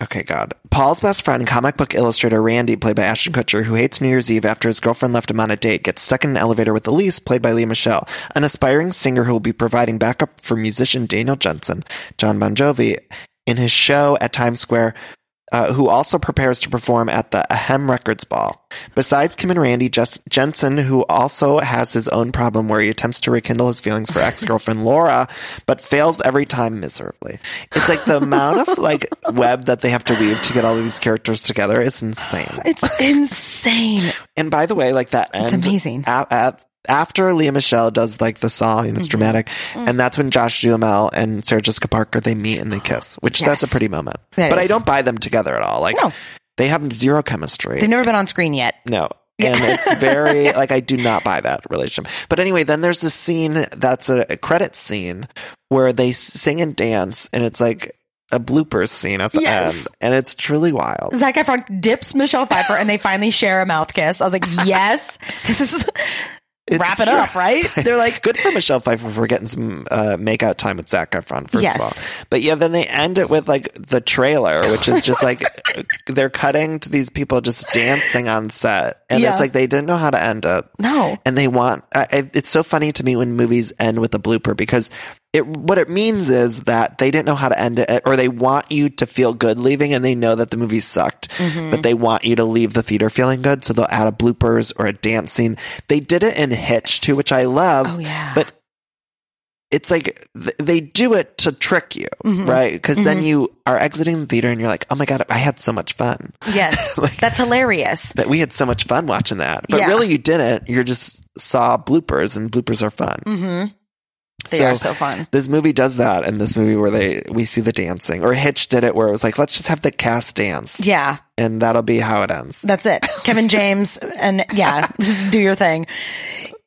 Speaker 7: okay, God. Paul's best friend, comic book illustrator Randy, played by Ashton Kutcher, who hates New Year's Eve after his girlfriend left him on a date, gets stuck in an elevator with Elise, played by Leah Michelle, an aspiring singer who will be providing backup for musician Daniel Jensen, John Bon Jovi, in his show at Times Square. Uh, who also prepares to perform at the Ahem Records Ball. Besides Kim and Randy, Jess- Jensen, who also has his own problem where he attempts to rekindle his feelings for ex girlfriend Laura, but fails every time miserably. It's like the amount of like web that they have to weave to get all these characters together is insane.
Speaker 4: It's insane.
Speaker 7: And by the way, like that
Speaker 4: It's
Speaker 7: end,
Speaker 4: amazing.
Speaker 7: a- a- after Leah Michelle does like the song and it's
Speaker 4: Mhm.
Speaker 7: dramatic,
Speaker 4: Mm.
Speaker 7: and that's when Josh Duhamel and Sarah Jessica Parker they meet and they kiss, which that's a
Speaker 4: Yes.
Speaker 7: pretty moment.
Speaker 4: That
Speaker 7: but I
Speaker 4: is.
Speaker 7: don't buy them together at all. Like
Speaker 4: No.
Speaker 7: they have zero chemistry.
Speaker 4: They've never been on screen yet.
Speaker 7: no, and it's very like I do not buy that relationship. But anyway, then there's this scene that's a, a credit scene where they sing and dance, and it's like a bloopers scene at the
Speaker 4: Yes.
Speaker 7: end, and it's truly wild.
Speaker 4: Zach Efron dips Michelle Pfeiffer and they finally share a mouth kiss. I was like, yes, this is
Speaker 7: It's
Speaker 4: wrap it
Speaker 7: true.
Speaker 4: up, right? They're like,
Speaker 7: good for Michelle Pfeiffer for getting some uh, makeout time with Zac Efron. First
Speaker 4: Yes.
Speaker 7: of all, but yeah, then they end it with like the trailer, which is just like they're cutting to these people just dancing on set, and
Speaker 4: Yeah.
Speaker 7: it's like they didn't know how to end it.
Speaker 4: No.
Speaker 7: and they want. I, I, it's so funny to me when movies end with a blooper because. It, what it means is that they didn't know how to end it, or they want you to feel good leaving, and they know that the movie sucked,
Speaker 4: Mhm.
Speaker 7: but they want you to leave the theater feeling good, so they'll add a bloopers or a dance scene. They did it in Hitch too, which I love.
Speaker 4: Oh, yeah.
Speaker 7: But it's like th- they do it to trick you,
Speaker 4: Mhm.
Speaker 7: right? Because then
Speaker 4: Mhm.
Speaker 7: you are exiting the theater and you're like, oh my God, I had so much fun.
Speaker 4: yes, that's hilarious.
Speaker 7: That we had so much fun watching that. But
Speaker 4: Yeah.
Speaker 7: really, you didn't. You just saw bloopers, and bloopers are fun.
Speaker 4: Mm-hmm. They are so fun.
Speaker 7: This movie does that in this movie where they we see the dancing, or Hitch did it where it was like, let's just have the cast dance,
Speaker 4: Yeah,
Speaker 7: and that'll be how it ends.
Speaker 4: that's it. Kevin James and yeah, just do your thing.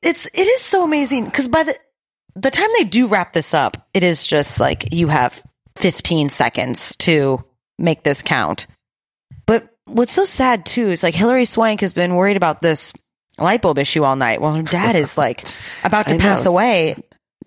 Speaker 4: It's it is so amazing because by the the time they do wrap this up, it is just like you have 15 seconds to make this count. But what's so sad too is like Hillary Swank has been worried about this light bulb issue all night. Well, her dad is like about to
Speaker 7: I know.
Speaker 4: pass away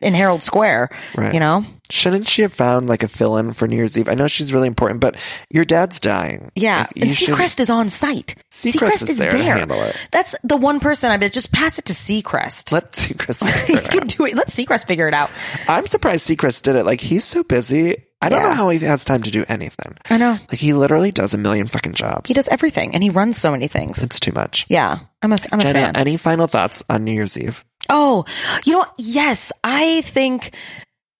Speaker 4: in Herald Square.
Speaker 7: Right.
Speaker 4: You know?
Speaker 7: Shouldn't she have found like a fill in for New Year's Eve? I know she's really important, but your dad's dying.
Speaker 4: Yeah.
Speaker 7: You
Speaker 4: and
Speaker 7: should-
Speaker 4: Seacrest is on site.
Speaker 7: Seacrest is there to handle it.
Speaker 4: That's the one person I bet. Just pass it to Seacrest.
Speaker 7: Let Seacrest.
Speaker 4: he
Speaker 7: figure it
Speaker 4: can do it. Let Seacrest figure it out.
Speaker 7: out. I'm surprised Seacrest did it. Like he's so busy. I don't
Speaker 4: Yeah.
Speaker 7: know how he has time to do anything.
Speaker 4: I know.
Speaker 7: Like he literally does a million fucking jobs.
Speaker 4: He does everything and he runs so many things.
Speaker 7: It's too much.
Speaker 4: Yeah. I'm a, I'm a
Speaker 7: Jenna,
Speaker 4: fan.
Speaker 7: any final thoughts on New Year's Eve?
Speaker 4: Oh, you know, what? yes, I think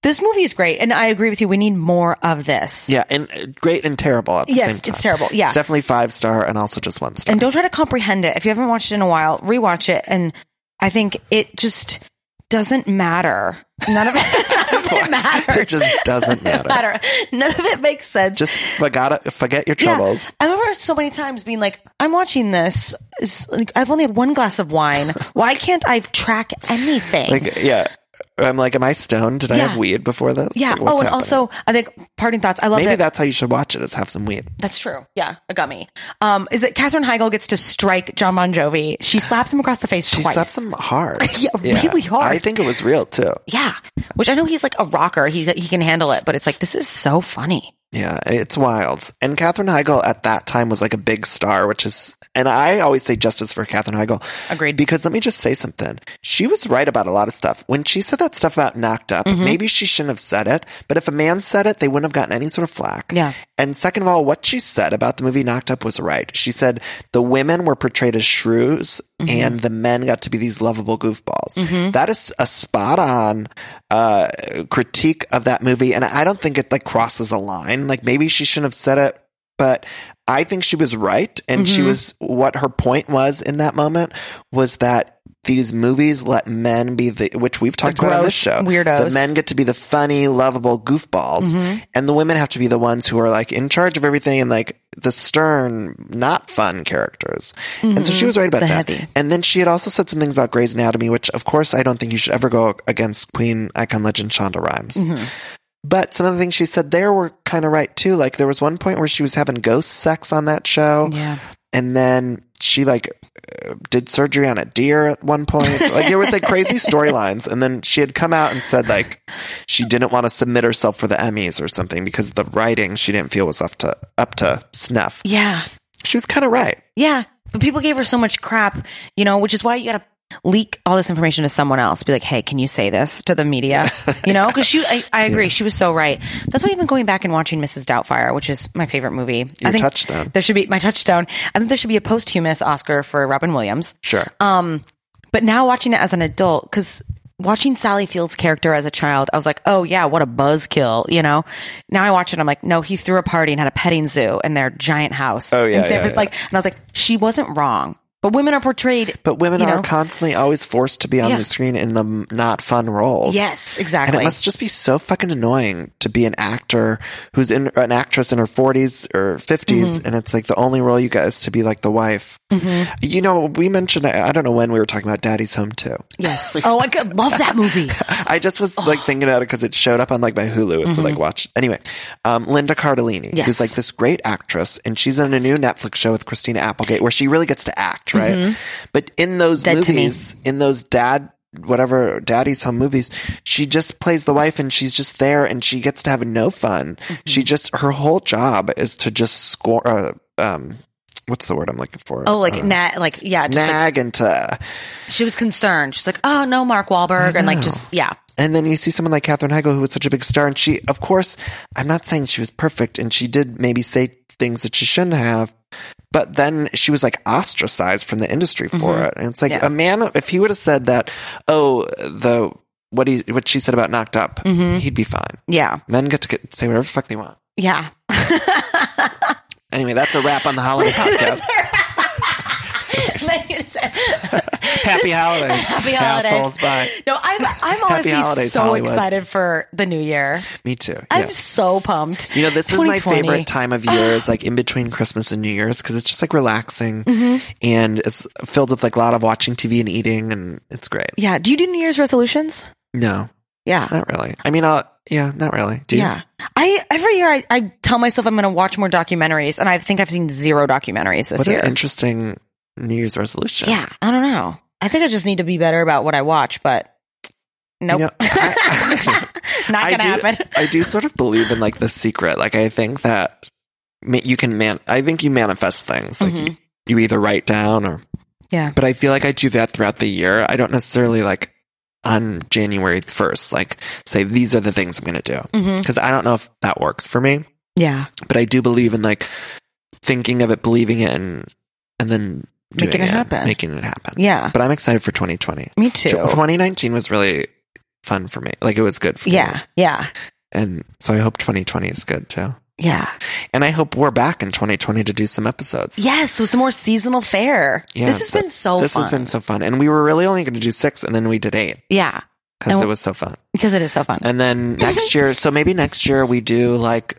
Speaker 4: this movie is great, and I agree with you. We need more of this.
Speaker 7: Yeah, and uh, great and terrible at the
Speaker 4: Yes,
Speaker 7: same time.
Speaker 4: it's terrible. Yeah.
Speaker 7: It's definitely five star and also just one star.
Speaker 4: And don't try to comprehend it. If you haven't watched it in a while, rewatch it. And I think it just doesn't matter. None of it, none of it matters.
Speaker 7: It just doesn't matter.
Speaker 4: matter. None of it makes sense.
Speaker 7: Just forgot, forget your troubles.
Speaker 4: I remember so many times being like, I'm watching this. It's like, I've only had one glass of wine. Why can't I track anything?
Speaker 7: Like, yeah. I'm like, am I stoned? Did I
Speaker 4: Yeah.
Speaker 7: have weed before this?
Speaker 4: yeah.
Speaker 7: Like, what's
Speaker 4: oh, and
Speaker 7: happening?
Speaker 4: also, I think parting thoughts. I love
Speaker 7: maybe
Speaker 4: that.
Speaker 7: that's how you should watch it is have some weed.
Speaker 4: That's true. Yeah, a gummy. Um, is that Katherine Heigl gets to strike John Bon Jovi? She slaps him across the face
Speaker 7: She
Speaker 4: twice.
Speaker 7: slaps him hard.
Speaker 4: Yeah, really hard.
Speaker 7: I think it was real too.
Speaker 4: Yeah, which I know he's like a rocker. He he can handle it, but it's like this is so funny.
Speaker 7: Yeah, it's wild. And Katherine Heigl at that time was like a big star, which is, and I always say justice for Katherine Heigl.
Speaker 4: Agreed.
Speaker 7: Because let me just say something. She was right about a lot of stuff. When she said that stuff about knocked up,
Speaker 4: Mhm.
Speaker 7: maybe she shouldn't have said it, but if a man said it, they wouldn't have gotten any sort of flack.
Speaker 4: Yeah.
Speaker 7: And second of all, what she said about the movie Knocked Up was right. She said the women were portrayed as shrews
Speaker 4: Mhm.
Speaker 7: and the men got to be these lovable goofballs.
Speaker 4: Mhm.
Speaker 7: That is a spot on uh, critique of that movie. And I don't think it like crosses a line. Like maybe she shouldn't have said it, but I think she was right. And she
Speaker 4: Mhm.
Speaker 7: was what her point was in that moment was that these movies let men be the, which we've talked about on this
Speaker 4: gross
Speaker 7: show.
Speaker 4: weirdos.
Speaker 7: The men get to be the funny, lovable goofballs,
Speaker 4: Mhm.
Speaker 7: and the women have to be the ones who are like in charge of everything and like the stern, not fun characters. And so
Speaker 4: Mhm.
Speaker 7: she was right about
Speaker 4: The
Speaker 7: that.
Speaker 4: heavy.
Speaker 7: And then she had also said some things about Grey's Anatomy, which of course I don't think you should ever go against Queen Icon Legend Shonda Rhimes.
Speaker 4: Mhm.
Speaker 7: But some of the things she said there were kind of right too. Like there was one point where she was having ghost sex on that show
Speaker 4: Yeah,
Speaker 7: and then she like uh, did surgery on a deer at one point. Like there was like crazy storylines, and then she had come out and said like she didn't want to submit herself for the Emmys or something because the writing she didn't feel was up to up to snuff.
Speaker 4: yeah,
Speaker 7: She was kind of right.
Speaker 4: yeah. But people gave her so much crap, you know, which is why you got to leak all this information to someone else. Be like, hey, can you say this to the media? You know, because she, I, I agree, she was so right. That's why I've been going back and watching Mrs. Doubtfire, which is my favorite movie.
Speaker 7: Your
Speaker 4: I think
Speaker 7: touchdown,
Speaker 4: there should be my touchstone. I think there should be a posthumous Oscar for Robin Williams.
Speaker 7: sure.
Speaker 4: Um, but now watching it as an adult, because watching Sally Field's character as a child, I was like, oh yeah, what a buzzkill, you know. Now I watch it, I'm like, no, he threw a party and had a petting zoo in their giant house.
Speaker 7: Oh, yeah,
Speaker 4: in San
Speaker 7: yeah,
Speaker 4: Fran-
Speaker 7: yeah.
Speaker 4: like, and I was like, she wasn't wrong. But women are portrayed.
Speaker 7: But women
Speaker 4: you
Speaker 7: are
Speaker 4: know-
Speaker 7: constantly always forced to be on
Speaker 4: Yeah.
Speaker 7: the screen in the m- not fun roles.
Speaker 4: Yes, exactly.
Speaker 7: And it must just be so fucking annoying to be an actor who's in an actress in her 40s or 50s,
Speaker 4: Mhm.
Speaker 7: and it's like the only role you get is to be like the wife.
Speaker 4: Mhm.
Speaker 7: You know, we mentioned, I I don't know when we were talking about Daddy's Home too.
Speaker 4: Yes. oh, I could love that movie.
Speaker 7: I just was like thinking about it because it showed up on like my Hulu, and so
Speaker 4: Mhm.
Speaker 7: like watch anyway. Um, Linda Cardellini,
Speaker 4: Yes.
Speaker 7: who's like this great actress, and she's in a new Netflix show with Christina Applegate where she really gets to act, right?
Speaker 4: Mhm.
Speaker 7: But in those
Speaker 4: Dead to Me.
Speaker 7: movies, in those dad whatever daddy's home movies, she just plays the wife and she's just there and she gets to have no fun. She
Speaker 4: Mm-hmm.
Speaker 7: just her whole job is to just score. Uh, um, what's the word I'm looking for?
Speaker 4: Oh, like
Speaker 7: Uh,
Speaker 4: nat, like yeah, just like,
Speaker 7: nag and to
Speaker 4: she was concerned. She's like, oh no, Mark Wahlberg, and like just yeah,
Speaker 7: And then you see someone like Katherine Heigl, who was such a big star, and she, of course, I'm not saying she was perfect, and she did maybe say things that she shouldn't have, but then she was like ostracized from the industry for
Speaker 4: Mm-hmm.
Speaker 12: Mhm.
Speaker 7: it. And it's like
Speaker 12: Yeah.
Speaker 7: a man, if he would have said that, oh, the what he what she said about knocked up,
Speaker 4: Mhm.
Speaker 7: he'd be fine.
Speaker 4: yeah,
Speaker 7: Men get to get, say whatever the fuck they want.
Speaker 4: yeah.
Speaker 7: Anyway, that's a wrap on the holiday podcast. Happy holidays,
Speaker 4: Happy holidays.
Speaker 7: assholes. Bye.
Speaker 4: No, I'm I'm honestly
Speaker 7: holidays,
Speaker 4: so
Speaker 7: Hollywood.
Speaker 4: excited for the new year.
Speaker 7: Me too.
Speaker 4: I'm
Speaker 7: Yeah.
Speaker 4: so pumped.
Speaker 7: You know, this is my
Speaker 4: 2020.
Speaker 7: favorite time of year. It's like in between Christmas and New Year's because it's just like relaxing
Speaker 4: Mhm.
Speaker 7: and it's filled with like a lot of watching TV and eating, and it's great.
Speaker 4: Yeah. Do you do New Year's resolutions?
Speaker 7: No,
Speaker 4: Yeah.
Speaker 7: not really. I mean, I'll, yeah, not really. Uh, Do you?
Speaker 4: Yeah. I every year I, I tell myself I'm going to watch more documentaries, and I think I've seen zero documentaries this
Speaker 7: What
Speaker 4: year.
Speaker 7: an interesting New Year's resolution.
Speaker 4: yeah. I don't know. I think I just need to be better about what I watch, but nope,
Speaker 7: know,
Speaker 4: not
Speaker 7: I
Speaker 4: gonna
Speaker 7: do,
Speaker 4: happen.
Speaker 7: I do sort of believe in like the secret. Like, I think that ma- you can man, I think you manifest things. Like,
Speaker 4: Mhm.
Speaker 7: you, you either write down or
Speaker 4: Yeah.
Speaker 7: But I feel like I do that throughout the year. I don't necessarily like on January 1st, like say, these are the things I'm going to do.
Speaker 4: Mhm.
Speaker 7: Because I don't know if that works for me.
Speaker 4: Yeah.
Speaker 7: But I do believe in like thinking of it, believing it, and, and then doing
Speaker 4: Making it happen.
Speaker 7: Making it happen.
Speaker 4: Yeah.
Speaker 7: But I'm excited for 2020.
Speaker 4: Me too.
Speaker 7: 2019 was really fun for me. Like it was good for me.
Speaker 4: Yeah. Yeah.
Speaker 7: And so I hope 2020 is good too.
Speaker 4: Yeah.
Speaker 7: And I hope we're back in 2020 to do some episodes.
Speaker 4: Yes, with some more seasonal fare.
Speaker 7: Yeah,
Speaker 4: this has
Speaker 7: so-
Speaker 4: been so
Speaker 7: This
Speaker 4: fun.
Speaker 7: has been so fun. And we were really only going to do six and then we did eight
Speaker 4: yeah.
Speaker 7: because
Speaker 4: And-
Speaker 7: it was so fun.
Speaker 4: because it is so fun.
Speaker 7: And then next year, so maybe next year we do like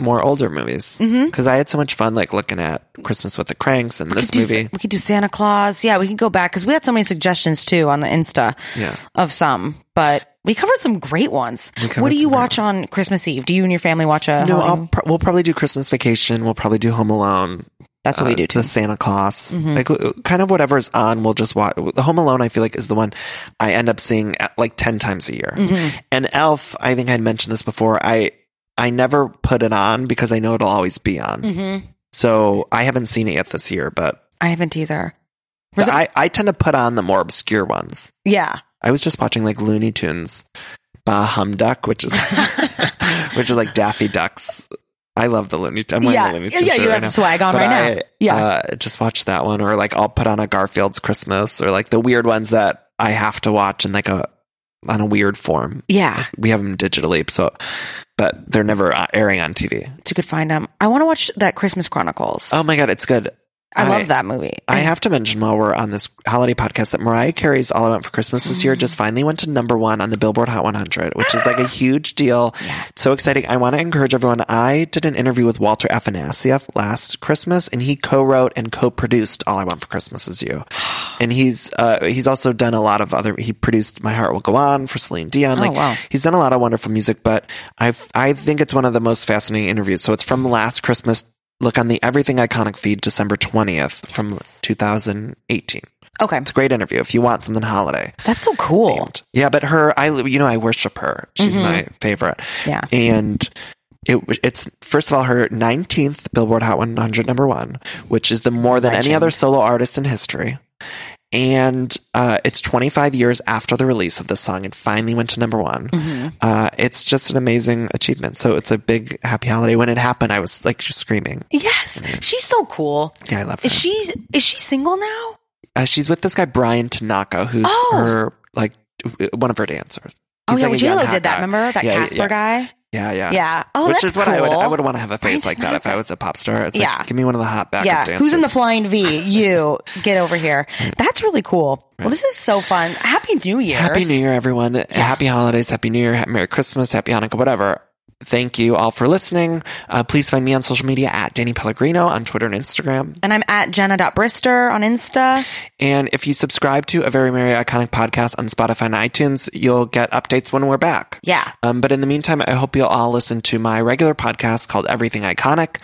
Speaker 7: more older movies because
Speaker 4: Mhm.
Speaker 7: I had so much fun like looking at Christmas with the Cranks and
Speaker 4: We
Speaker 7: this
Speaker 4: could do-
Speaker 7: movie.
Speaker 4: we could do Santa Claus. Yeah, we can go back because we had so many suggestions too on the Insta
Speaker 7: Yeah.
Speaker 4: of some, but we covered some great ones.
Speaker 7: We covered
Speaker 4: What do
Speaker 7: some
Speaker 4: you
Speaker 7: great
Speaker 4: watch on Christmas Eve? Do you and your family watch a?
Speaker 7: no,
Speaker 4: Halloween
Speaker 7: I'll pr- we'll probably do Christmas Vacation. We'll probably do Home Alone.
Speaker 4: That's what we do, too.
Speaker 7: uh, The Santa Claus,
Speaker 4: Mhm.
Speaker 7: like w- kind of whatever's on, we'll just watch. The Home Alone, I feel like, is the one I end up seeing at, like ten times a year.
Speaker 4: Mhm.
Speaker 7: And Elf, I think I'd mentioned this before. I I never put it on because I know it'll always be on.
Speaker 4: Mhm.
Speaker 7: So I haven't seen it yet this year, but
Speaker 4: I haven't either. Was it-
Speaker 7: I, I tend to put on the more obscure ones.
Speaker 4: Yeah,
Speaker 7: I was just watching like Looney Tunes, Bah Hum Duck, which is which is like Daffy Duck's. I love the Looney. Tunes. I'm wearing
Speaker 4: Yeah.
Speaker 7: the Looney Tunes
Speaker 4: Yeah,
Speaker 7: shirt
Speaker 4: you
Speaker 7: right
Speaker 4: have
Speaker 7: now.
Speaker 4: swag on
Speaker 7: But
Speaker 4: right now.
Speaker 7: I,
Speaker 4: Yeah.
Speaker 7: uh, just watch that one, or like I'll put on a Garfield's Christmas, or like the weird ones that I have to watch in like a on a weird form.
Speaker 4: yeah.
Speaker 7: We have them digitally, so but they're never uh, airing on TV.
Speaker 4: You could find them. I want to watch that Christmas Chronicles.
Speaker 7: Oh my god, it's good.
Speaker 4: I, love that movie.
Speaker 7: I have to mention while we're on this holiday podcast that Mariah Carey's All I Want for Christmas this year just finally went to number one on the Billboard Hot 100, which is like a huge deal. So exciting. I want to encourage everyone. I did an interview with Walter Afanasieff last Christmas and he co-wrote and co-produced All I Want for Christmas Is You. And he's, uh, he's also done a lot of other, he produced My Heart Will Go On for Celine Dion.
Speaker 4: Oh,
Speaker 7: Like
Speaker 4: wow.
Speaker 7: he's done a lot of wonderful music, but I I think it's one of the most fascinating interviews. So it's from last Christmas. Look on the Everything Iconic feed, December twentieth from two thousand eighteen.
Speaker 4: Okay.
Speaker 7: It's a great interview if you want something holiday.
Speaker 4: That's so cool.
Speaker 7: Yeah, but her, I you know I worship her. She's
Speaker 4: Mhm.
Speaker 7: my favorite.
Speaker 4: Yeah.
Speaker 7: and. It, it's first of all her 19th Billboard Hot 100 number one, which is the more than any
Speaker 12: Legend.
Speaker 7: other solo artist in history. And uh, it's 25 years after the release of this song, it finally went to number one.
Speaker 4: Mm-hmm.
Speaker 12: Mhm.
Speaker 7: Uh, it's just an amazing achievement. So it's a big happy holiday. When it happened, I was like screaming.
Speaker 4: Yes, she's so cool.
Speaker 7: Yeah, I love her.
Speaker 4: Is she is she single now?
Speaker 7: Uh, she's with this guy Brian Tanaka, who's
Speaker 4: Oh.
Speaker 7: her like one of her dancers.
Speaker 4: Oh
Speaker 7: He's
Speaker 4: yeah, well,
Speaker 7: like a young
Speaker 4: J Lo
Speaker 7: hot
Speaker 4: Oh, did that.
Speaker 7: guy.
Speaker 4: Remember that
Speaker 7: Yeah, yeah,
Speaker 4: Casper
Speaker 7: yeah.
Speaker 4: guy?
Speaker 7: Yeah, yeah,
Speaker 4: Yeah. Oh,
Speaker 7: Which
Speaker 4: that's
Speaker 7: is what I would
Speaker 4: cool.
Speaker 7: I would want to have a face
Speaker 4: Brian's
Speaker 7: like that if I was a pop star. It's
Speaker 4: Yeah.
Speaker 7: like, give me one of the hot backup
Speaker 4: yeah,
Speaker 7: dancers.
Speaker 4: who's in the flying V? You get over here. That's really cool. Well, this is so fun. Happy New Year!
Speaker 7: Happy New Year, everyone. Happy holidays. Happy New Year. ha- Merry Christmas. Happy Hanukkah, whatever. Thank you all for listening. Uh, please find me on social media at Danny Pellegrino on Twitter and Instagram.
Speaker 4: And I'm at Jenna.Brister on Insta.
Speaker 7: And if you subscribe to A Very Merry Iconic podcast on Spotify and iTunes, you'll get updates when we're back.
Speaker 4: Yeah.
Speaker 7: Um, but in the meantime, I hope you'll all listen to my regular podcast called Everything Iconic.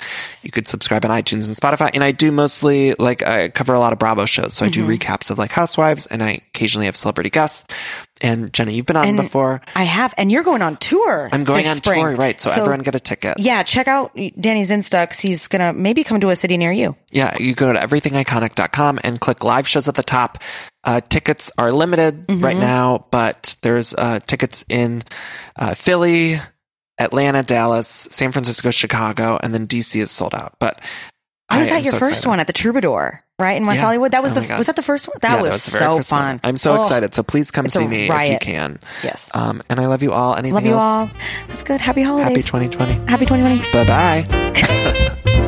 Speaker 7: You could subscribe on iTunes and Spotify. And I do mostly like I cover a lot of Bravo shows, so I do
Speaker 4: Mhm.
Speaker 7: recaps of like Housewives, and I occasionally have celebrity guests. And Jenna, you've been on
Speaker 4: And
Speaker 7: before.
Speaker 4: I have, and you're going on tour.
Speaker 7: I'm going
Speaker 4: this
Speaker 7: on
Speaker 4: spring.
Speaker 7: tour, right? So, everyone get a ticket.
Speaker 4: Yeah, check out Danny's Insta 'cause he's gonna maybe come to a city near you.
Speaker 7: Yeah, you go to everythingiconic.com and click live shows at the top. Uh, tickets are limited
Speaker 4: Mhm.
Speaker 7: right now, but there's uh, tickets in uh, Philly, Atlanta, Dallas, San Francisco, Chicago, and then DC is sold out. But
Speaker 4: I was at
Speaker 7: am
Speaker 4: Oh, your
Speaker 7: so
Speaker 4: first
Speaker 7: excited.
Speaker 4: one at the Troubadour, right in West
Speaker 7: Yeah.
Speaker 4: Hollywood. That was
Speaker 7: Oh my
Speaker 4: the
Speaker 7: God.
Speaker 4: was that the first one? That,
Speaker 7: Yeah,
Speaker 4: was,
Speaker 7: the very
Speaker 4: so
Speaker 7: first one.
Speaker 4: fun.
Speaker 7: I'm so
Speaker 4: Oh,
Speaker 7: excited. So please come
Speaker 4: it's a
Speaker 7: see me
Speaker 4: riot.
Speaker 7: if you can.
Speaker 4: Yes.
Speaker 7: Um, and I love you all. Anything
Speaker 4: Love you
Speaker 7: else?
Speaker 4: all. That's good. Happy holidays.
Speaker 7: Happy 2020.
Speaker 4: Happy 2020.
Speaker 7: Bye bye.